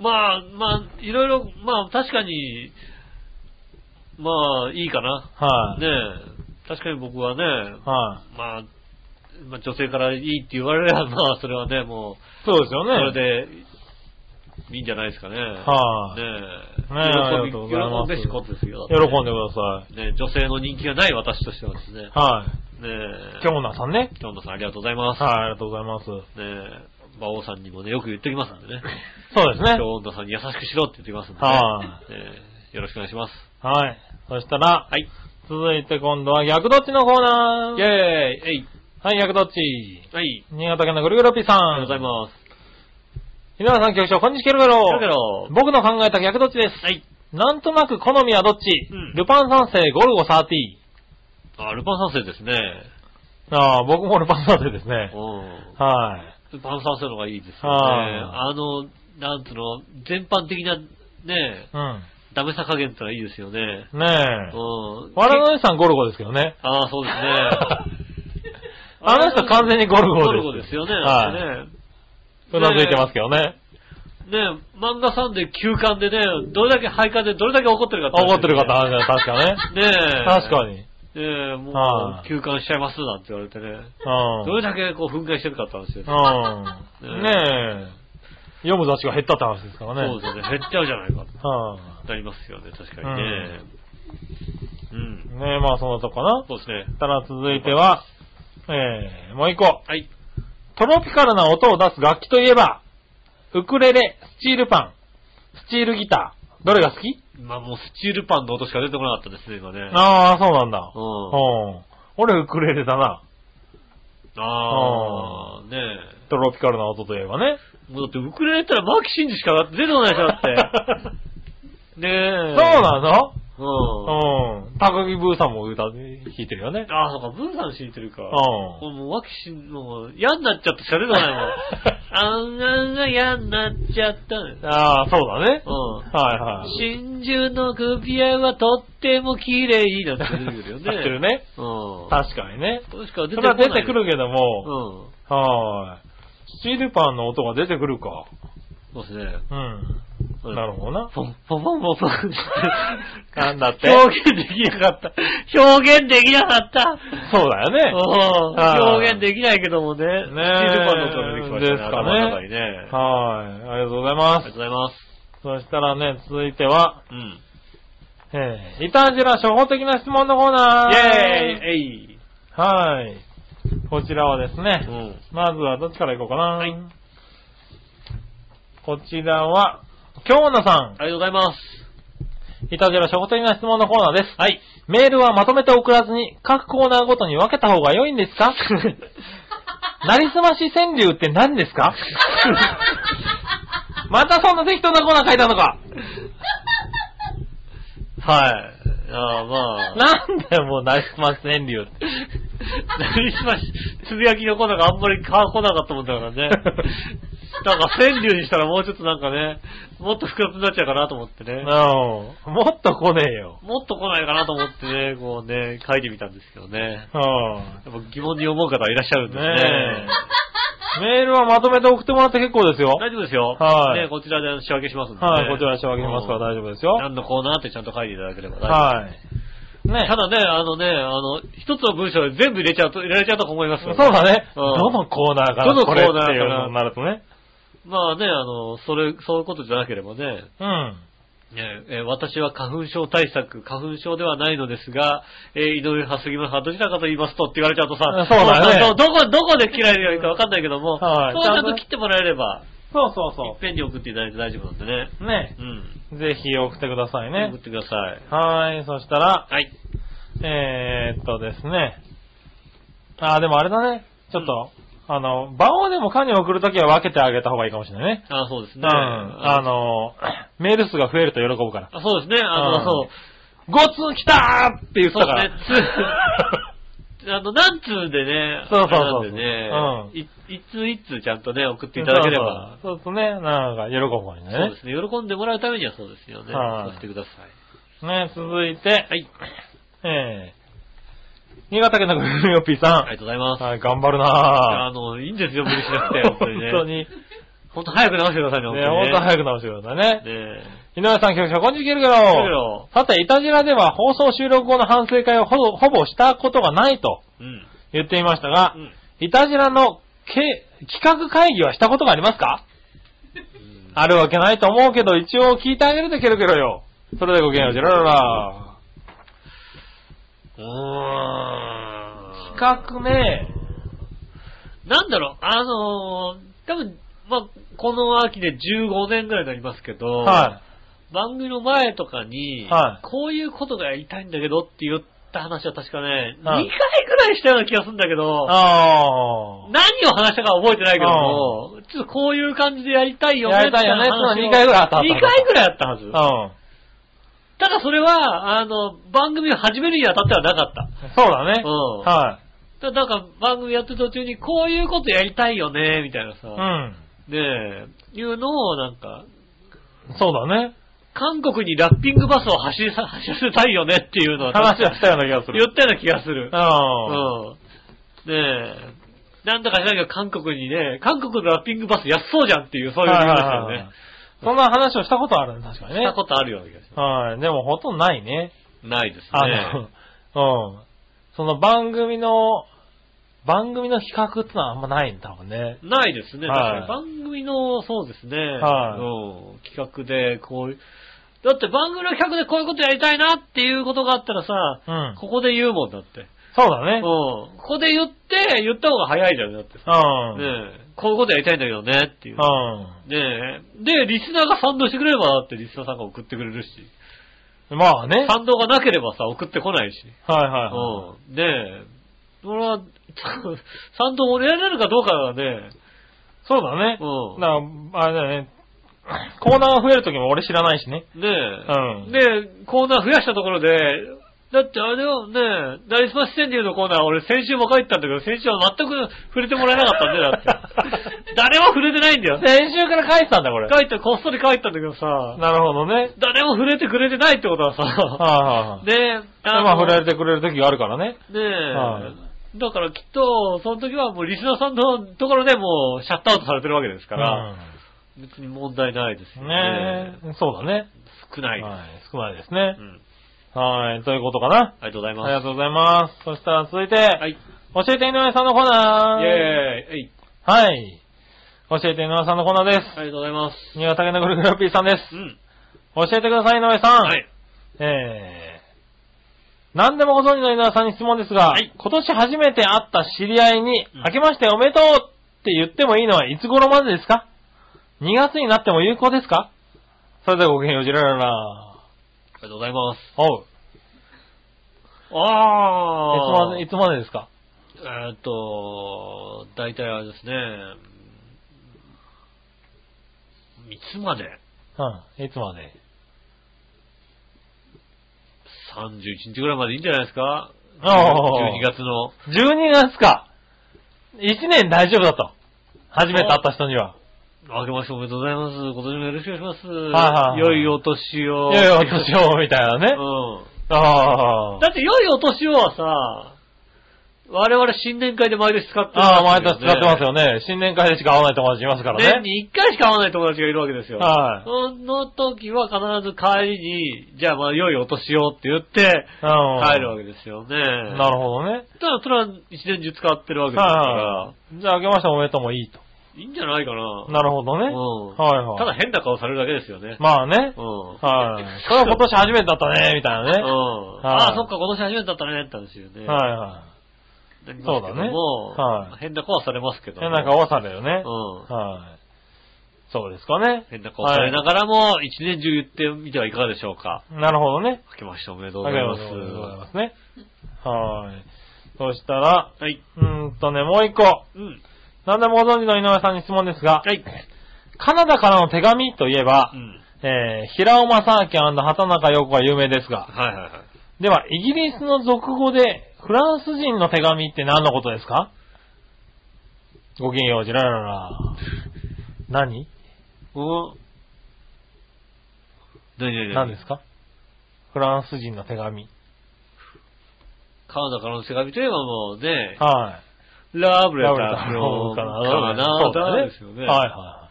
まあ、まあ、いろいろ、まあ確かに、まあいいかな。
はい、
ねえ確かに僕はね、
はい、
まあ、まあ女性からいいって言われれば、 まあそれはね、もう、
そうですよ
それ
ね。
で、いいんじゃないですかね。
はい
ねえ
ねえありがとうございます
喜び、喜ぶべしことですよ。
喜んでください。
ねえ女性の人気がない私としてはですね。ね
はい、
え
今日なさんね。
今日のさんありがとうございます。
はい、ありがとうございます。そ
ねえ、馬王さんにもね、よく言っておきますんでね。
うですね
今日。温度さんに優しくしろって言ってきますんで、ね。
は
えーよろしくお願いします。
はい。そしたら、
はい。
続いて今度は逆どっちのコーナー。
イェーイえい
はい、逆どっち。
はい。
新潟県のぐるぐるぴさん。
ありがとうございます。
井上さん局長、こんにちは、ケロケ
だけ
ロ。
ど、
僕の考えた逆どっちです。
はい。
なんとなく好みはどっち、
うん
ルパン三世、ゴルゴ30。
あ、ルパン三世ですね。
ああ、僕もルパン三世ですね
う。ん。
はい。
ルパン三世の方がいいですよね。
は
あの、なんつうの、全般的な、ね、
うん。
ダメさ加減ってのはいいですよね。
ねえ
う。ん。
わらのよしさんゴルゴですけどね。
ああ、そうですね。
あの人完全にゴルゴです。
ゴルゴですよね。
はい
だってね
うなずいてますけどね。
ね漫画さんで休館でね、どれだけ廃刊でどれだけ怒ってるか
怒ってる方、
ね
確かね。
え。
確かに。
に。ねえ、も
は
う
い
休館しちゃいますなんて言われてね。ど
う
れだけこう憤慨してるかって話ですよね。
ん。うん。ねえ。読む雑誌が減ったって話ですからね。
そうですよね。減っちゃうじゃないかと
は
なりますよね、確かにね。うん。
い。ねえ、まあそんなとこかな。
そうですね
そ。したら続いては、えー、もう一個。
はい。
トロピカルな音を出す楽器といえば、ウクレレ、スチールパン、スチールギター、どれが好き
まあもうスチールパンの音しか出てこなかったですね、今ね。
ああ、そうなんだ。
う。
うんん。俺ウクレレだな。
あー、ねえ。
トロピカルな音といえ ばね。
もうだってウクレレやったらマーキシンジしか出てこないじゃん、だっ て。ね
そ
え。
うなの
うん。
うん。高木ブーさんも歌弾いてるよね。
ああ、そうか、ブーさん弾いてるか。
う
もう、ワキシンの、嫌になっちゃってしゃれない もん。あんあんが嫌になっちゃったのよ
ん。ああ、そうだね。
う
はいはい。
ん。真珠の首輪はとっても綺麗なんて出てくるよね。
知ってるね。
うん。
確かにね。
それしか
そ
出て
れは出てく
け
るけど
う
も、
ん。
はーい。スチールパンの音が出てくるか。
そうですね。
うん。
うん
なるほどな。
ポンポンポンポンポンって。
なんだって
表現できなかった。表現できなかった。
そうだよね。
うん
はい
表現できないけどもね。ねチーズパンの音が出てきましたね。
ですかね
頭の中にね。
はーい。ありがとうござい
あり
ま
がとうご
す。
ざいます。
そしたらね、続いては、
うん。
えー、イタジラ初歩的な質問のコーナー。
イェーイえい
はい。こちらはですね、
うん。
まずはどっちから行こうかな。
はい
こちらは、京奈さ
ありがとうございます。
ん、いたじら初歩的な質問のコーナーです。はい。メールはまとめて送らずに、各コーナーごとに分けた方が良いんで すかなりすまし川柳って何で すかまたそんな適当なコーナー書いた のか
はい。ああ、まあ。
なんだよ、もう、なりすまし川柳って。
何しまし、つぶやきのコーナーがあんまり顔来なかったもんだから ね。なんか川柳にしたらもうちょっとなんかね、もっと複雑になっちゃうかなと思って
う
ね。
んもっと来ねえよ。
もっと来ないかなと思ってね、こうね、書いてみたんですけどね。
うん
やっぱ疑問に思う方いらっしゃるんですね。
ねえ。メールはまとめて送ってもらって結構ですよ。
大丈夫ですよ。
はい
ね、こちらで仕分けしますんで、ね。
はい、こちらに仕分けますから大丈夫ですよ。
何のコーナーってちゃんと書いていただければ大丈夫です。
はい。ね
ただね、あのね、あの、一つの文章で全部入れちゃうと、入れられちゃうと思います
そ
よ
うだね。
うん
どのコーナーか
ど
ら
のコ
こ
ーナ
れ
ー
っ
か
て
ら
いうのになるとね。
まあね、あの、それ、そういうことじゃなければね、
うん。
ねえー私は花粉症対策、花粉症ではないのですが、えー、井上派、杉村派、どちらかと言いますとって言われちゃうとさ、
そうだね
もうどこ、どこで嫌いでよいかわかんないけども、
はい
そうちゃんと切ってもらえれば、
そうそう
いっぺんに送っていただいて大丈夫なんでね。
う。ね
うん。
ぜひ送ってくださいね
送っ。てください。
はい、そしたら、
はい。
えー、っとですね。あー、でもあれだね。ちょっと、あの、場をでもかに送るときは分けてあげた方がいいかもしれないね。
あ、そうです
う
ね。
ん。あの、メール数が増えると喜ぶから。
あ、そうですね。あの、
うん
そう。
ご通来たーって言ったから。
そうですねつあの、何通でね、
そうそうそう
あれなんでね、
うん
い一通一通ちゃんとね、送っていただければ、
そうそうそうそうね、なんか喜ぶもんね。
そうですね、喜んでもらうためにはそうですよね。
はい
そうしてください。
ね、続いて、
はい。
え新潟県のグルメよっぴーさん。
ありがとうございます。
はい、頑張る
あ
なぁ。
の、いいんですよ、無理し なくて、本当
本当
にね。
に。ね、
本当早く直してくださいね、
ほ
本
ん
当
と
に
早く直してくださいね。
ね。ね
井上さん、局長、こんにちは、ゲルゲ
え。
ロ。
よ。
さて、イタジラでは放送収録後の反省会をほぼほぼしたことがないと
うん。
言っていましたが
う、ん
イタジラのけ企画会議はしたことがありますかあるわけないと思うけど、一応聞いてあげるで、ケロケロよ。それではごきげんよう、ジェラララ。
うーん。
企画ね、
なんだろう、あのー、多分まあ、この秋で15年ぐらいになりますけど、
は
番組の前とかに、
はい
こういうことがやりたいんだけどって言った話は確かね、
はい
2回ぐらいしたような気がするんだけ
い。
ど、
ああ。
何を話したかは覚えてないけども、ちょっとこういう感じでやりたいよね
やりたいよね
って話を
その二回ぐらいあった
二回ぐらいあったはず。
うん。
ただそれは、あの、番組を始めるにあたってはなかった。
そうだね。
うん
はい。
ただなんか番組やってる途中にこういうことやりたいよね、みたいな
う
さ、
ん。
ねえ、いうのをなんか、
そうだね。
韓国にラッピングバスを走りさ、走らせたいよねっていうのは
話はしたような気がす
言
る。
ったような気がする
う。
う
ん。
ん。ねえ。なんだか知らんけど韓国にね、韓国のラッピングバス安そうじゃんっていう、そういう
は
話
い
だ
はい
よ
はい
ね
はい。そんな話をしたことあるね、確かに
し
ね
た。ことあるような気がし
はい。でもほとんどないね。
ます。ないですね。
あの、うん。その番組の、番組の比較ってのはあんまないんだもんね。
ないですね。
はい
確かに番組の、そうですね。
はい
うん企画で、こういう、だって番組の企画でこういうことやりたいなっていうことがあったらさ、
うん。
ここで言うもんだって。
そうだ
うん。
ね。
ここで言って、言った方が早いじゃん、だってさ。
うん。
ねえこういうことやりたいんだけどねっていう。
う
ねえ。で、リスナーが賛同してくれれば、だってリスナーさんが送ってくれるし。
ん。まあね。
賛同がなければさ、送ってこないし。
はいはいはい。
うん。ねえ。俺は、 賛同を得られるかどうかがね、
そうだね。
うん
だから、あれだよね。コーナーが増えるときも俺知らないしね。
ね
うん
え。で、コーナー増やしたところで、だってあれをねえ、なりすまし川柳のコーナー、俺先週も書いてたんだけど、先週は全く触れてもらえなかったんだよ、だ って。誰も触れてないんだよ。
先週から書いてたんだ、これ。
書いて、こっそり書いてたんだけどさ、
なるほどね。
誰も触れてくれてないってことはさ、
はいはいはい。
ねえ、
ま
の
あ、振られてくれる時があるからね。
ねえ、
は
だからきっと、その時はもうリスナーさんのところでもうシャットアウトされてるわけですから、別に問題ないです
う
よ
ん
ね。
ねえ、そうだね。
少ないです、
はい、少ないですね
う。ん。
はい、ということかな。
ありがとうございま
あ
す。
りがとうございます。そしたら続いて、
はい。イ
教えて井上さんのコーナー。
ェーイ。はい。
はい。教えて井上さんのコーナーです。
ありがとうございます。
新潟県のグルグルピーさんです
う。ん。
教えてください、井上さん。
はい。
えー、何でもご存知の井上さんに質問ですが、
はい
今年初めて会った知り合いに、
うん
明けましておめでとうって言ってもいいのはいつ頃までですか ?2 月になっても有効ですかそれではごきげんよう、じららら。
ありがとうございます。
おう。いつ
あ
まで、い
いつ
つまでですか
えーっと、大体あれですね、いつまで
うん、いつまで。
?31 日ぐらいまでいいんじゃないですか
おー
?12 月の。
12月か。1年大丈夫だと。初めて会った人には。
明けましておめでとうございます。今年もよろしくお願いします。
はいはい
良いお年を。
いやいや、年を、みたいなね。
う
あ
ん。
ー
だって良いお年をはさ、我々新年会で毎年使ってる
あー、
わ
毎
けです
年
よね
使ってますよね。新年会でしか会わない友達いますからね。
年に一回しか会わない友達がいるわけですよ。
はい
その時は必ず帰りに、じゃあまあ良いお年をって言って、
うん。
帰るわけですよね。
なるほどね。
ただそれは一年中使ってるわけですから、
じゃあ、明けましておめでとうもいいと。
いいんじゃないかな。
なるほどね。
うん
はいはい。
ただ変な顔されるだけですよね。
まあね。
うん。
はい。それは今年初めてだったね、みたいなね。
うん。
はい
ああ、そっか、今年初めてだったね、って話よね。。
はいはい
なり
そ
ま
う
す
だ
け
ね
ども、
はい
変な顔はされますけ
い。
ど。
変な顔はされるね。
うん。
はい。そうですかね。
変な顔されながらも、一年中言ってみてはいかがでしょうか。
なるほどね。
明けましておめでとう
あ
ご
り
ざい
が
ま。
とうございますすね。はい。そしたら、
はい。
うーんとね、もう一個。
うん。
何でもご存知の井上さんに質問ですが、
はい。
カナダからの手紙といえば
う、ん。
えー、平尾正明畑中陽子が有名ですが、
はいはいはい。
では、イギリスの俗語で、フランス人の手紙って何のことですかごきげんよう、じららら。
う
何
ん。何何何
何ですかフランス人の手紙。
カナダからの手紙といえばもうね、
はい。
ラブレターの
ロー
カ
カ
ナ
ナ
ダ
ダ
ですよね。
はいは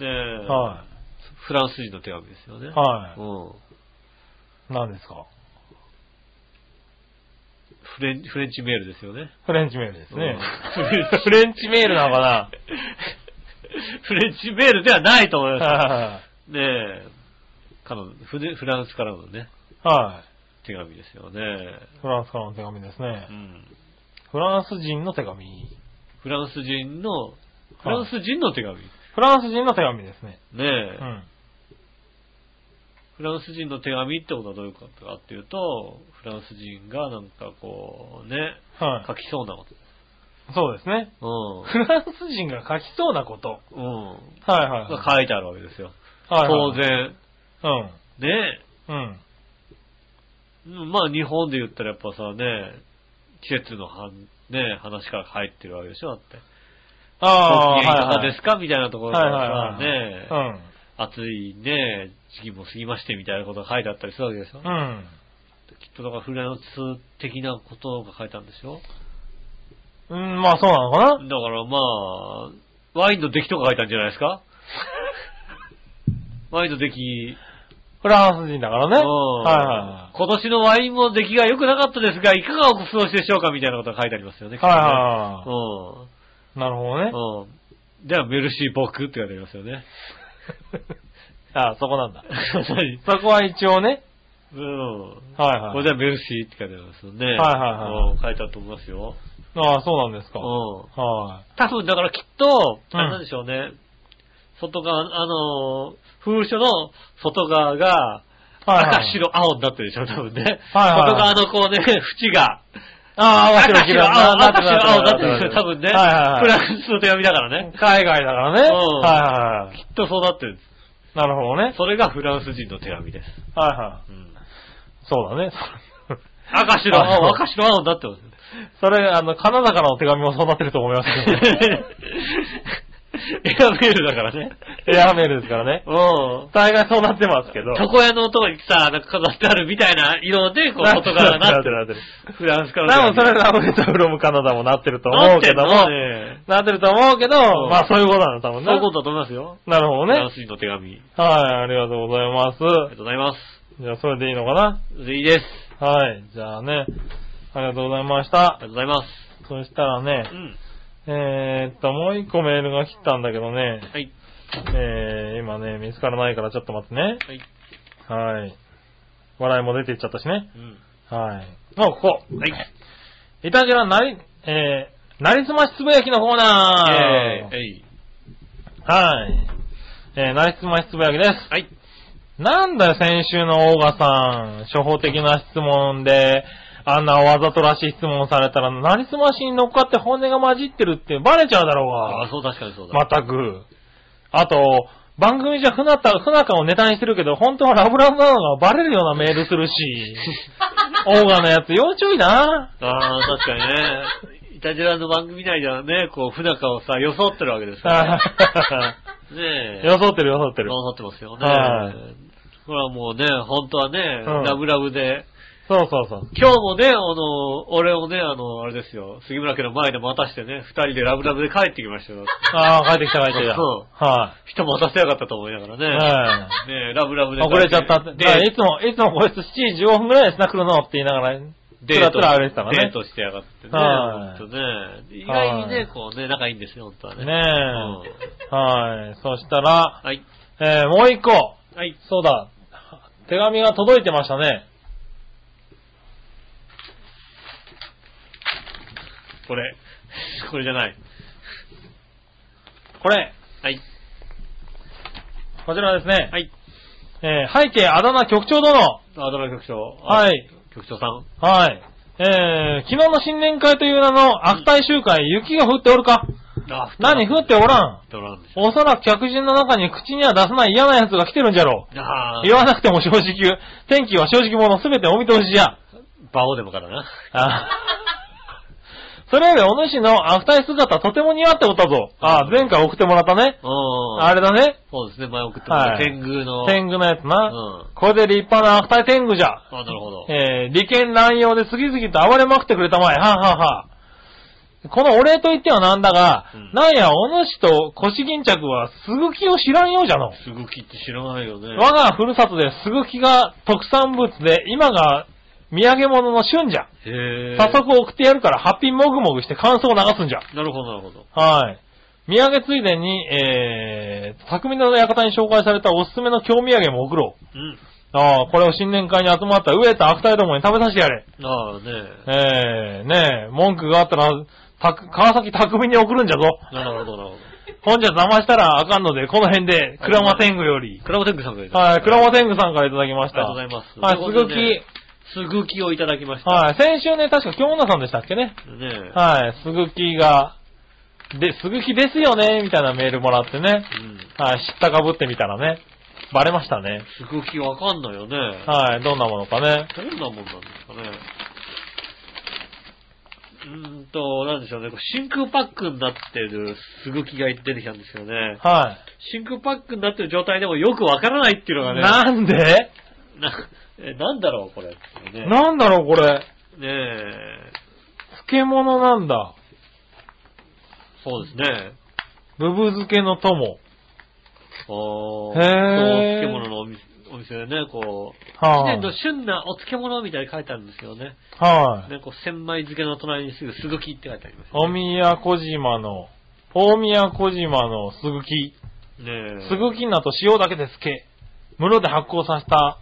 ねえ
いは
フランス人の手紙ですよね。
い。は
うん
い。何ですか
フレンフレンチメールですよね。
フレンチメール ですね
うん。
フレンチメールなのかな
フレンチメールではないと思いま
は
す。ねえカナダフレフランスからのね、
いは
手紙ですよね。
い。フランスからの手紙ですね
う。ん
フランス人の手紙。
フランス人の、フランス人の手紙。ね
フランス人の手紙ですね。
え、
うん。
フランス人の手紙ってことはどういうことかっていうと、フランス人がなんかこうね、
は
書きそうなこ
い。そうですね。
と。
フランス人が書きそうなこと。
うん。うん。
はいはい。
が書いてあるわけですよ。
はい
当
はい。
然。ね
うん。うん。
うんまあ日本で言ったらやっぱさね、季節のはん、ね、話から入ってるわけでしょだって。
ああ
ご機嫌いかが
はいはい
ですかみたいなところ
はい
からさ、
はいはい。
ね、暑いね、時期も過ぎましてみたいなことが書いてあったりするわけでしょ、
うん。うん。
きっとだからフランス的なことが書いたんでしょ
うん、まあそうなのか
だからまあ、ワインの出来とか書いたんじゃないです かワインの出来、
なフランス人だから
う
ね。は
ん
いは
今年のワインも出来が良くなかったですが、いかがお過ごしでしょうかみたいなことが書いてありますよね。
いはい。はいは
うん
い。なるほどね。
うん。じゃあ、メルシー僕って書いてありますよね。
ああ、そこなんだ。
何
そこは一応ね。
うん。
はい
これ
はい
じ。ゃあメルシーって書いてありますよね。
いはいはい
うん書いてあると思いますよ。
ああ、そうなんです
う
か。
ん。
は
多分、だからきっと、
うん
あれなんでしょうね。外側、あのー、風書の外側が、
い。はいはい。
赤、白、青になってるでしょ、多分ね。
はいはい
外側のこうね、縁が。
ああ、
赤、
白、
白、
白、
青、
なって
赤、
るな
白、青になってる
な
でしょ、多分ね。
はいはいはい。
フランスの手紙だからね。
海外だからね。
うん
はいはいはい。
きっとそうなってるんで
なるほど
す。
ね。
それがフランス人の手紙です。
はいはい。
うん
そうだね。
赤白
あ
青、赤白青になってます。
それ、あの、カナダからの手紙もそうなってると 思いますけどね。
エアメールだからね。
エアメールですからね。
うん。
大概そうなってますけど。
床屋のとこにさ、なんか飾ってあるみたいな色で、こう、外側がなってる。
なってる。
フランスか
多
ら。
分それラブレターフロムカナダもなってると
な
思
っ
う
て
け
ん
ど
の
も。
ね
なってると思うけど、
ん
まあそういうことなんだ、多
そ
分
う
ね
いう。ことだと思いますよ。
なるほど
フラン
ね。
ス人の手紙。
はい、ありがとうございま
ありが
す。
とうございます。
じゃあそれでいいのかな
それでいいです。
はい、じゃあね、ありがとうございまし
あ
た
りが。とうございます。
そしたらね
う、ん。
えー、っと、もう一個メールが来たんだけどね、
はい。
えー、今ね、見つからないからちょっと待ってね。
はい。
はい。笑いも出ていっちゃったしね。
うん。
はい。もうここ。
はい。
いたじらなり、えー、なりすましつぶやきのコーナー。
えい。
はい。えー、なりすましつぶやきです。
はい。
なんだよ、先週のオーガさん。初歩的な質問で、あんなわざとらしい質問されたら、なりすましに乗っかって本音が混じってるってバレちゃうだろ
あ、
う
そう、確かにそうだ。
が。まったく。あと、番組じゃ船田、船かをネタにしてるけど、本当はラブラブなのがバレるようなメールするし、 オーガのやつ要注意
あ
な。
あ、確かにね。イタジラの番組内ではね、こう、不仲をさ、装ってるわけですからね。ねえ。
予想ってる予想ってる。
装ってますよね。
はい
これはもうね、本当はね、
うん
ラブラブで、
そうそうそう。
今日もね、あの、俺をね、あの、あれですよ、杉村家の前で待たしてね、二人でラブラブで帰ってきましたよ。
ああ、帰ってきた帰ってきた。
そ
は
人待たせやがったと思いなが
い。
らね。
はい。
ねえラブラブで帰
遅れちゃったって。
で
だからいつも、いつもこいつ7時15分ぐらいですな、来るのって言いながら、
デ
つ
ー
ら
ト
つら歩いてたか
デ
ら
ートしてやがってね。
はい
ほんとね意外に
は
ね
い、
こうね、仲いいんですよ、本当はね。
ね。
うん
ねえ。はい。そしたら、
はい。
えー、もう一個。
はい。
そうだ。手紙が届いてましたね。
これ。これじゃない。
これ。
はい。
こちらですね。
はい。
えー、背景あだ名局長殿。
アドラ局長。
は。い。
局長さん。
はい。えー、昨日の新年会という名の悪態集会、雪が降っておるか
あ
何降っておらん
ドランでし
おそらく客人の中に口には出さない嫌な奴が来てるんじゃろう。
ょ。あ
言わなくても正直、天気は正直者すべてお見通しじゃ。
バオでもからな。
あそれよりお主のアフタイ姿とても似合っておったぞ。ああ、前回送ってもらったね。
うん。
あれだね。
そうですね、前送ってもらった
はい
天狗の。
天狗のやつ
う
な。
ん。
これで立派なアフタイ天狗じゃ。
あ、なるほど。
えー、利権乱用で次々と暴れまくってくれたまえ。はあ、はあはあ、このお礼と言ってはなんだが、
うん
なんや、お主と腰巾着はすぐきを知らんようじゃの。
すぐきって知らないよね。
我がふるさとですぐきが特産物で、今が土産物の旬じゃ。
へえ。
早速送ってやるから、ハッピーもぐもぐして感想を流すんじゃ。
なるほど、なるほど。
はい。土産ついでに、えー、匠の館に紹介されたおすすめの京土産も送ろう。
うん。
ああ、これを新年会に集まった植えた悪態どもに食べさせてやれ。
ああね。
ええねえ、文句があったら、たく川崎匠に送るんじゃぞ。
なるほど、なるほど。
ほんじゃ騙したらあかんので、この辺で、クラマテングより。
クラブテングさんがいた
はい、クラマテングさんからいただきました。
ありがとうございます
はい、
という
す
ことで
ぐき
ね。すぐきをいただきました。
はい、先週ね、確か京女さんでしたっけね。
ねえ。
はい、すぐきが、で、すぐきですよね、みたいなメールもらってね。
うん。
はい、知ったかぶってみたらね、バレましたね。
すぐきわかんないよね。
はい、どんなものかね。
どんなもんなんですかね。うーんと、なんでしょうね。こう真空パックになってるすぐきが出てきたんですよね。
は
真空パックになってる状態でもよくわからないっていう
い。
のがね。
なんで
な、え、なんだろう、これ。ね
なんだろう、これ。
ねえ、
漬物なんだ。
そうですね。
ブブ漬けの友。
お
へえ
そう、漬物のお店お店でね、こう、一
は
年
い、
の旬なお漬物みたいに書いてあるんですけどね。
はい、
ね、こう、千枚漬けの隣にすぐ、すぐきって書いてあります、
お宮古島の、大宮古島のすぐき。
ねえ。
すぐき菜と塩だけで漬け。室で発酵させた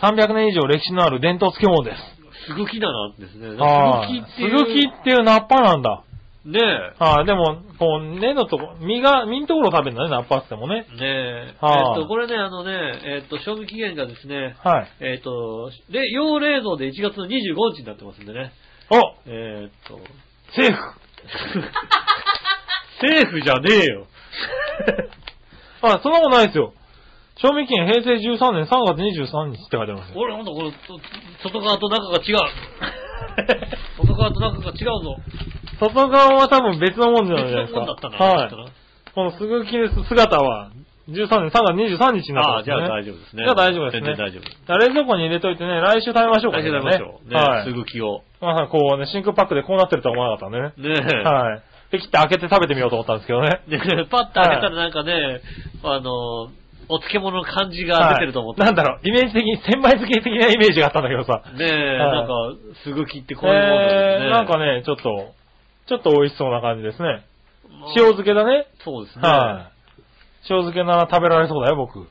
300年以上歴史のある伝統漬物です。
すぐきだなんですね。
はい。
す
す
ぐ
ぐ
きって
き
い
っていうナッパなんだ。
う。ねえ。
はい。でも、こう、根のとこ、実が、実のところを食べるんだね、ナッパってっても
ね
ね。
え。
はあ
えっと、これね、あのね、えっと、賞味期限がですね、
はい。
えっと、で、要冷蔵で1月の25日になってますんでね。
お
えっ と、
セーフ
セーフじゃねえよ。
あ、そんなことないですよ。賞味期限平成13年3月23日って書いてありますよ。
俺ほんとこれ、と外側と中が違う。外側と中が違うぞ。
外側は多分別のもんじゃないじゃない
別
です
の
か。
もんだったな。
は
き
い
っと。な
このすぐきです姿は、13年、3月23日に
あ
な
あ、
って
じ
ま
ゃ
すね。
あ大丈夫ですね。
じゃあ大丈夫ですね
全然大丈夫です。
じゃあ冷蔵庫に入れといてね、来週食べましょうか
大
ね。
丈夫ましょう。ね、
はい。
すぐ気を。
まさかこうね、真空パックでこうなってるとは思わなかったんでね。
ねえ。
はい。で、切って開けて食べてみようと思ったんですけどね。
で、パッと開けたらなんかね、あの、お漬物の感じが出てると思った。
はいなんだろう、イメージ的に、千枚漬け的なイメージがあったんだけどさ。
ねえ、なんか、すぐきってこういうもんだ
え
よ
ー
ね。
なんかね、ちょっと、ちょっと美味しそうな感じですね。
まあ
塩漬けだね。
そうですね。
はい。塩漬けなら食べられそうだよ、僕。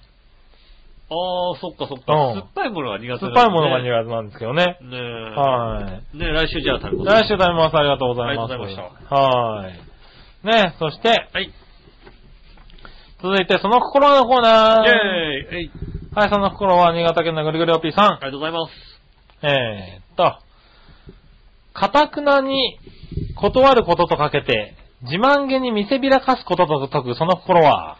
ああ、そっかそっか。
うん
酸っぱいものが苦手、
酸っぱいものが
手。
苦手なんですけどね。
ねえ。
はい。
ねえ、来週じゃあ食べます。
来週食べます。ありがとうございます。
ありがとうございま
した。はい。ね、そして、
はい。
続いて、その心のコーナ
イェー
ー。
イえい
はい、その心は、新潟県のぐるぐるおっぴーさん
あ。りがとうございます。
えーっと、かたくなに断ることとかけて、自慢げに見せびらかすことと解く、その心は。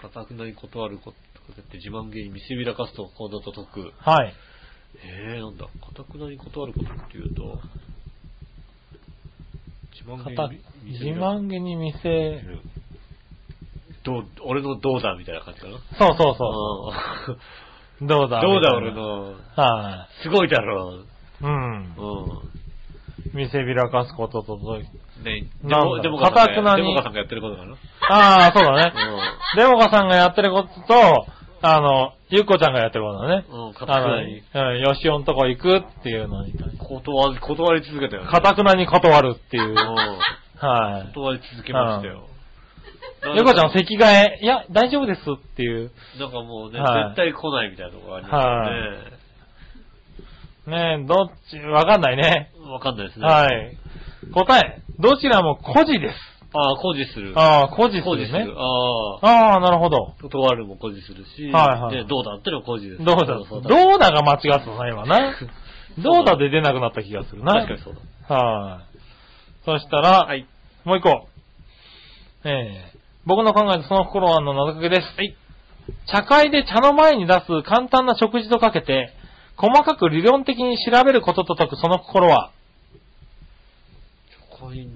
かたくなに断ることかって自慢げに見せびらかすと行動と解く。
はい。
ええー、なんだ。かたくなに断ることっていうと、自慢
か
げ
た
に見せ
自
びらか
慢げに見せる。
どう、俺のどうだみたいな感じかな。
そうそう そ。
そう
どうだ
どうだ俺
みたいな
の。
は
すごいだろ
い。うん。
う。
見せびらかすことと解く。
ん。ねで
なん
も、
だ
でもかさんが
かたくなに
デモカさんがやってることかな。
ああ、そうだね。
う
デモカさんがやってることと、あの、ゆっこちゃんがやってることだね。
ん。うん、かた
あ
く
の、
な
う
に。
ん、よしおんとこ行くっていうのに、
断り、断り続けたよね。
かたくなに断るっていう う。
ん。
は
断り続けましたよ。
い。ゆっこちゃん、席替え、いや、大丈夫ですっていう。
なんかもうね、
はい
絶対来ないみたいなとこがあります
ねえ、どっち、わかんないね。
よね。わかんないですね。。
はいい。答え、どちらも孤児です。
ああ、工事する。
ああ、孤児です
工事す
ね
る。。ああ。
ああ、なるほど。
断るも工事するし、
はいはい
ねどうだっての工事です。
どうだ、
そう
どうだが間違ってたな、今 な。どうだで出なくなった気がするな。
確かにそうだ。
はい。そしたら、
はい。
もう一個。えー、僕の考えたその心はあの謎かけです。
はい。
茶会で茶の前に出す簡単な食事とかけて、細かく理論的に調べることと解くその心は、
会、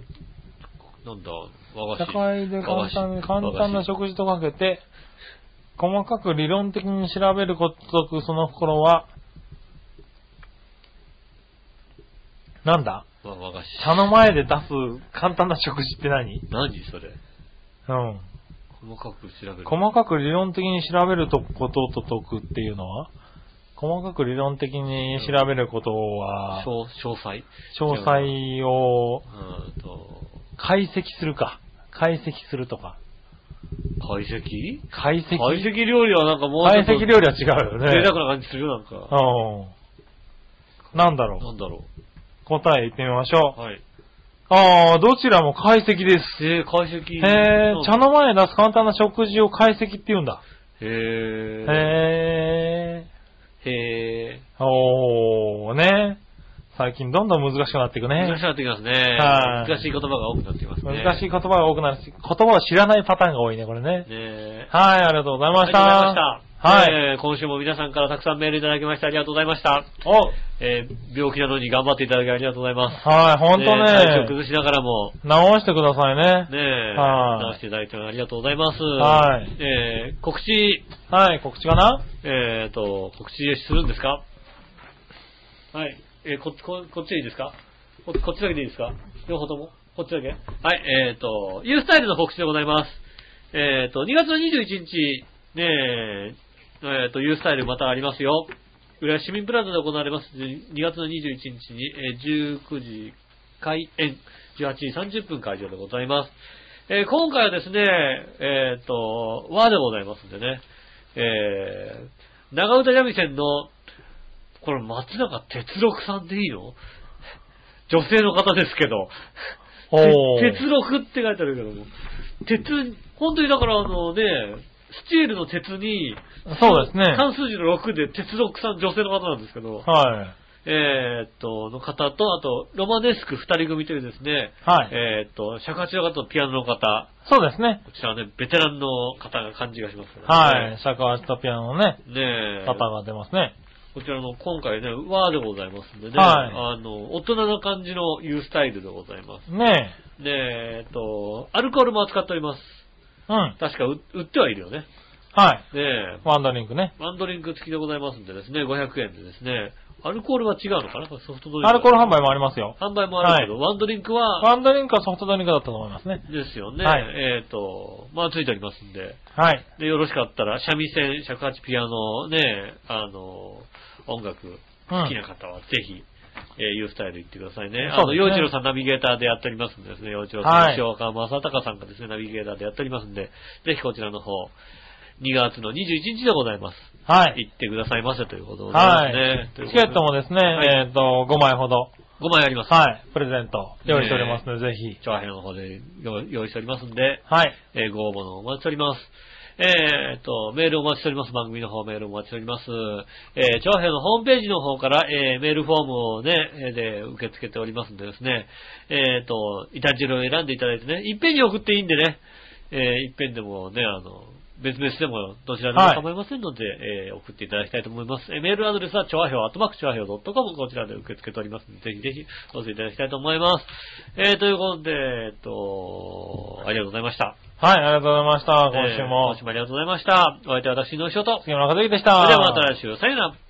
なんだ、和
社
菓子。
会で簡単に、簡単な食事とかけて、細かく理論的に調べることとくその心は、なんだ
和和菓子。
茶の前で出す簡単な食事って何
何それ。
うん。
細かく調べる。
細かく理論的に調べるとことと解くっていうのは細かく理論的に調べることは、
詳詳細
詳
う
細を
ーんと、
解析するか。解析するとか。
解析
解
解
析。
析料理はなんかもうちょ
解
っと
析料理は違うよね。
贅沢な感じするよ、なんか。
うん。なんだろ
なんだろ
う。答え言ってみましょ
う。
う。
はい。
ああ、どちらも解析です。
えー、解析。
へえ
なん、だ
茶。の前に出す簡単な食事を解析って言うんだ。
へ
へ
え。
え。
へえ。
おー、ね。最近どんどん難しくなっていくね
難。しくなってきますね。
はい
難しい言葉が多くなってきますね。
難しい言葉が多くなるし、言葉を知らないパターンが多いね、これね。
ねえ。
はい、ありがとうござい
あ
ま
り
し
が
た。
とうございました。
はい。
えー今週も皆さんからたくさんメールいただきましてありがとうございました。
お、
えー病気なのに頑張っていただきありがとうございます。
はい、ほんと
え体調
ね。
崩しながらも、
直してください
ね
ね。
え、
はい
直していただいてありがとうございます。
はい
えー告知、
はい、告知かな
えっ、と、告知するんですかはい。えーこ、こ、こっちでいいですかここっちだけでいいですか両方ともこっちだけはい、えっ、と、ユースタイルの告知でございます。えっ、と、2月の21日、ねえ、えっ、と、ユースタイルまたありますよ。浦安市民プラザで行われます。2月の21日に、えー19時開演、18時30分会場でございます。えー今回はですね、えっ、と、和でございますんでね。えー、長唄三味線の、これ松永哲六さんでいいの女性の方ですけど、
おー。
て鉄六って書いてあるけども、鉄、本当にだからあのね、スチールの鉄に、
そうですね
関数字の6で鉄六さん女性の方なんですけど、
はい。
えーっと、の方と、あと、ロマネスク二人組というですね、
はい
えーっと、尺八の方とピアノの方、
そうですね。
こちらはね、ベテランの方が感じがしますね
はい。尺八とピアノのね、
ねえ。
パターンが出ますね。
こちらの今回ね、和でございますんでね、
は
あの、大人な感じのユースタイルでございま
ね
す。で、えっと、アルコールも扱っております。
え。うん。
確かう売ってはいるよね。
はい。
ねえ、
ワンダリンクね。
ワンドリンク付きでございますんでですね、500円でですね、アルコールは違うのかなこれソフトドリンク。
アルコール販売もありますよ。
販売もあるけど、ワンドリンクは、
ワンダリンクはソフトドリンクだったと思いますね。
ですよね。
はい
えっ、と、まあ、ついておりますんで。
はい。
で、よろしかったら、三味線、尺八、ピアノ、ね、あの、音楽、好きな方はぜひ、えーユースタイル行ってくださいね。あ
そ
の、
うですね
洋一郎さんナビゲーターでやっておりますんでですね、洋一郎さん、
はい
吉岡正隆さんがですね、ナビゲーターでやっておりますんで、ぜひこちらの方、2月の21日でございます。
はい。
行ってくださいませということでございます
は
ね。
い。
という
チ
ことで
ケットもですね、
はい
えっと、5枚ほど、
5枚あります。
はい、プレゼント用意しておりますので、ぜひ。
長編の方で用用意しておりますんで、
はい。
えーご応募のお待ちしております。えー、と、メールお待ちしております。番組の方メールお待ちしております。えー、長編のホームページの方から、えーメールフォームをね、えーで、受け付けておりますんでですね、えー、と、いたじるを選んでいただいてね、いっぺんに送っていいんでね、えー、いっぺんでもね、あの、別々でもどちらでも構いませんので、えー送っていただきたいと思います。えーメールアドレスは、ちょわひょう、あとまくちょわひょう .com こちらで受け付けておりますので、ぜひぜひお寄せいただきたいと思います。えー、ということで、えー、と、ありがとうございました。
はい、ありがとうございました。今週
えー
も
今週。もありがとうございました。お相手は私、井上翔と。
杉村和之でし
そ
た。
れではまた来週、さよなら。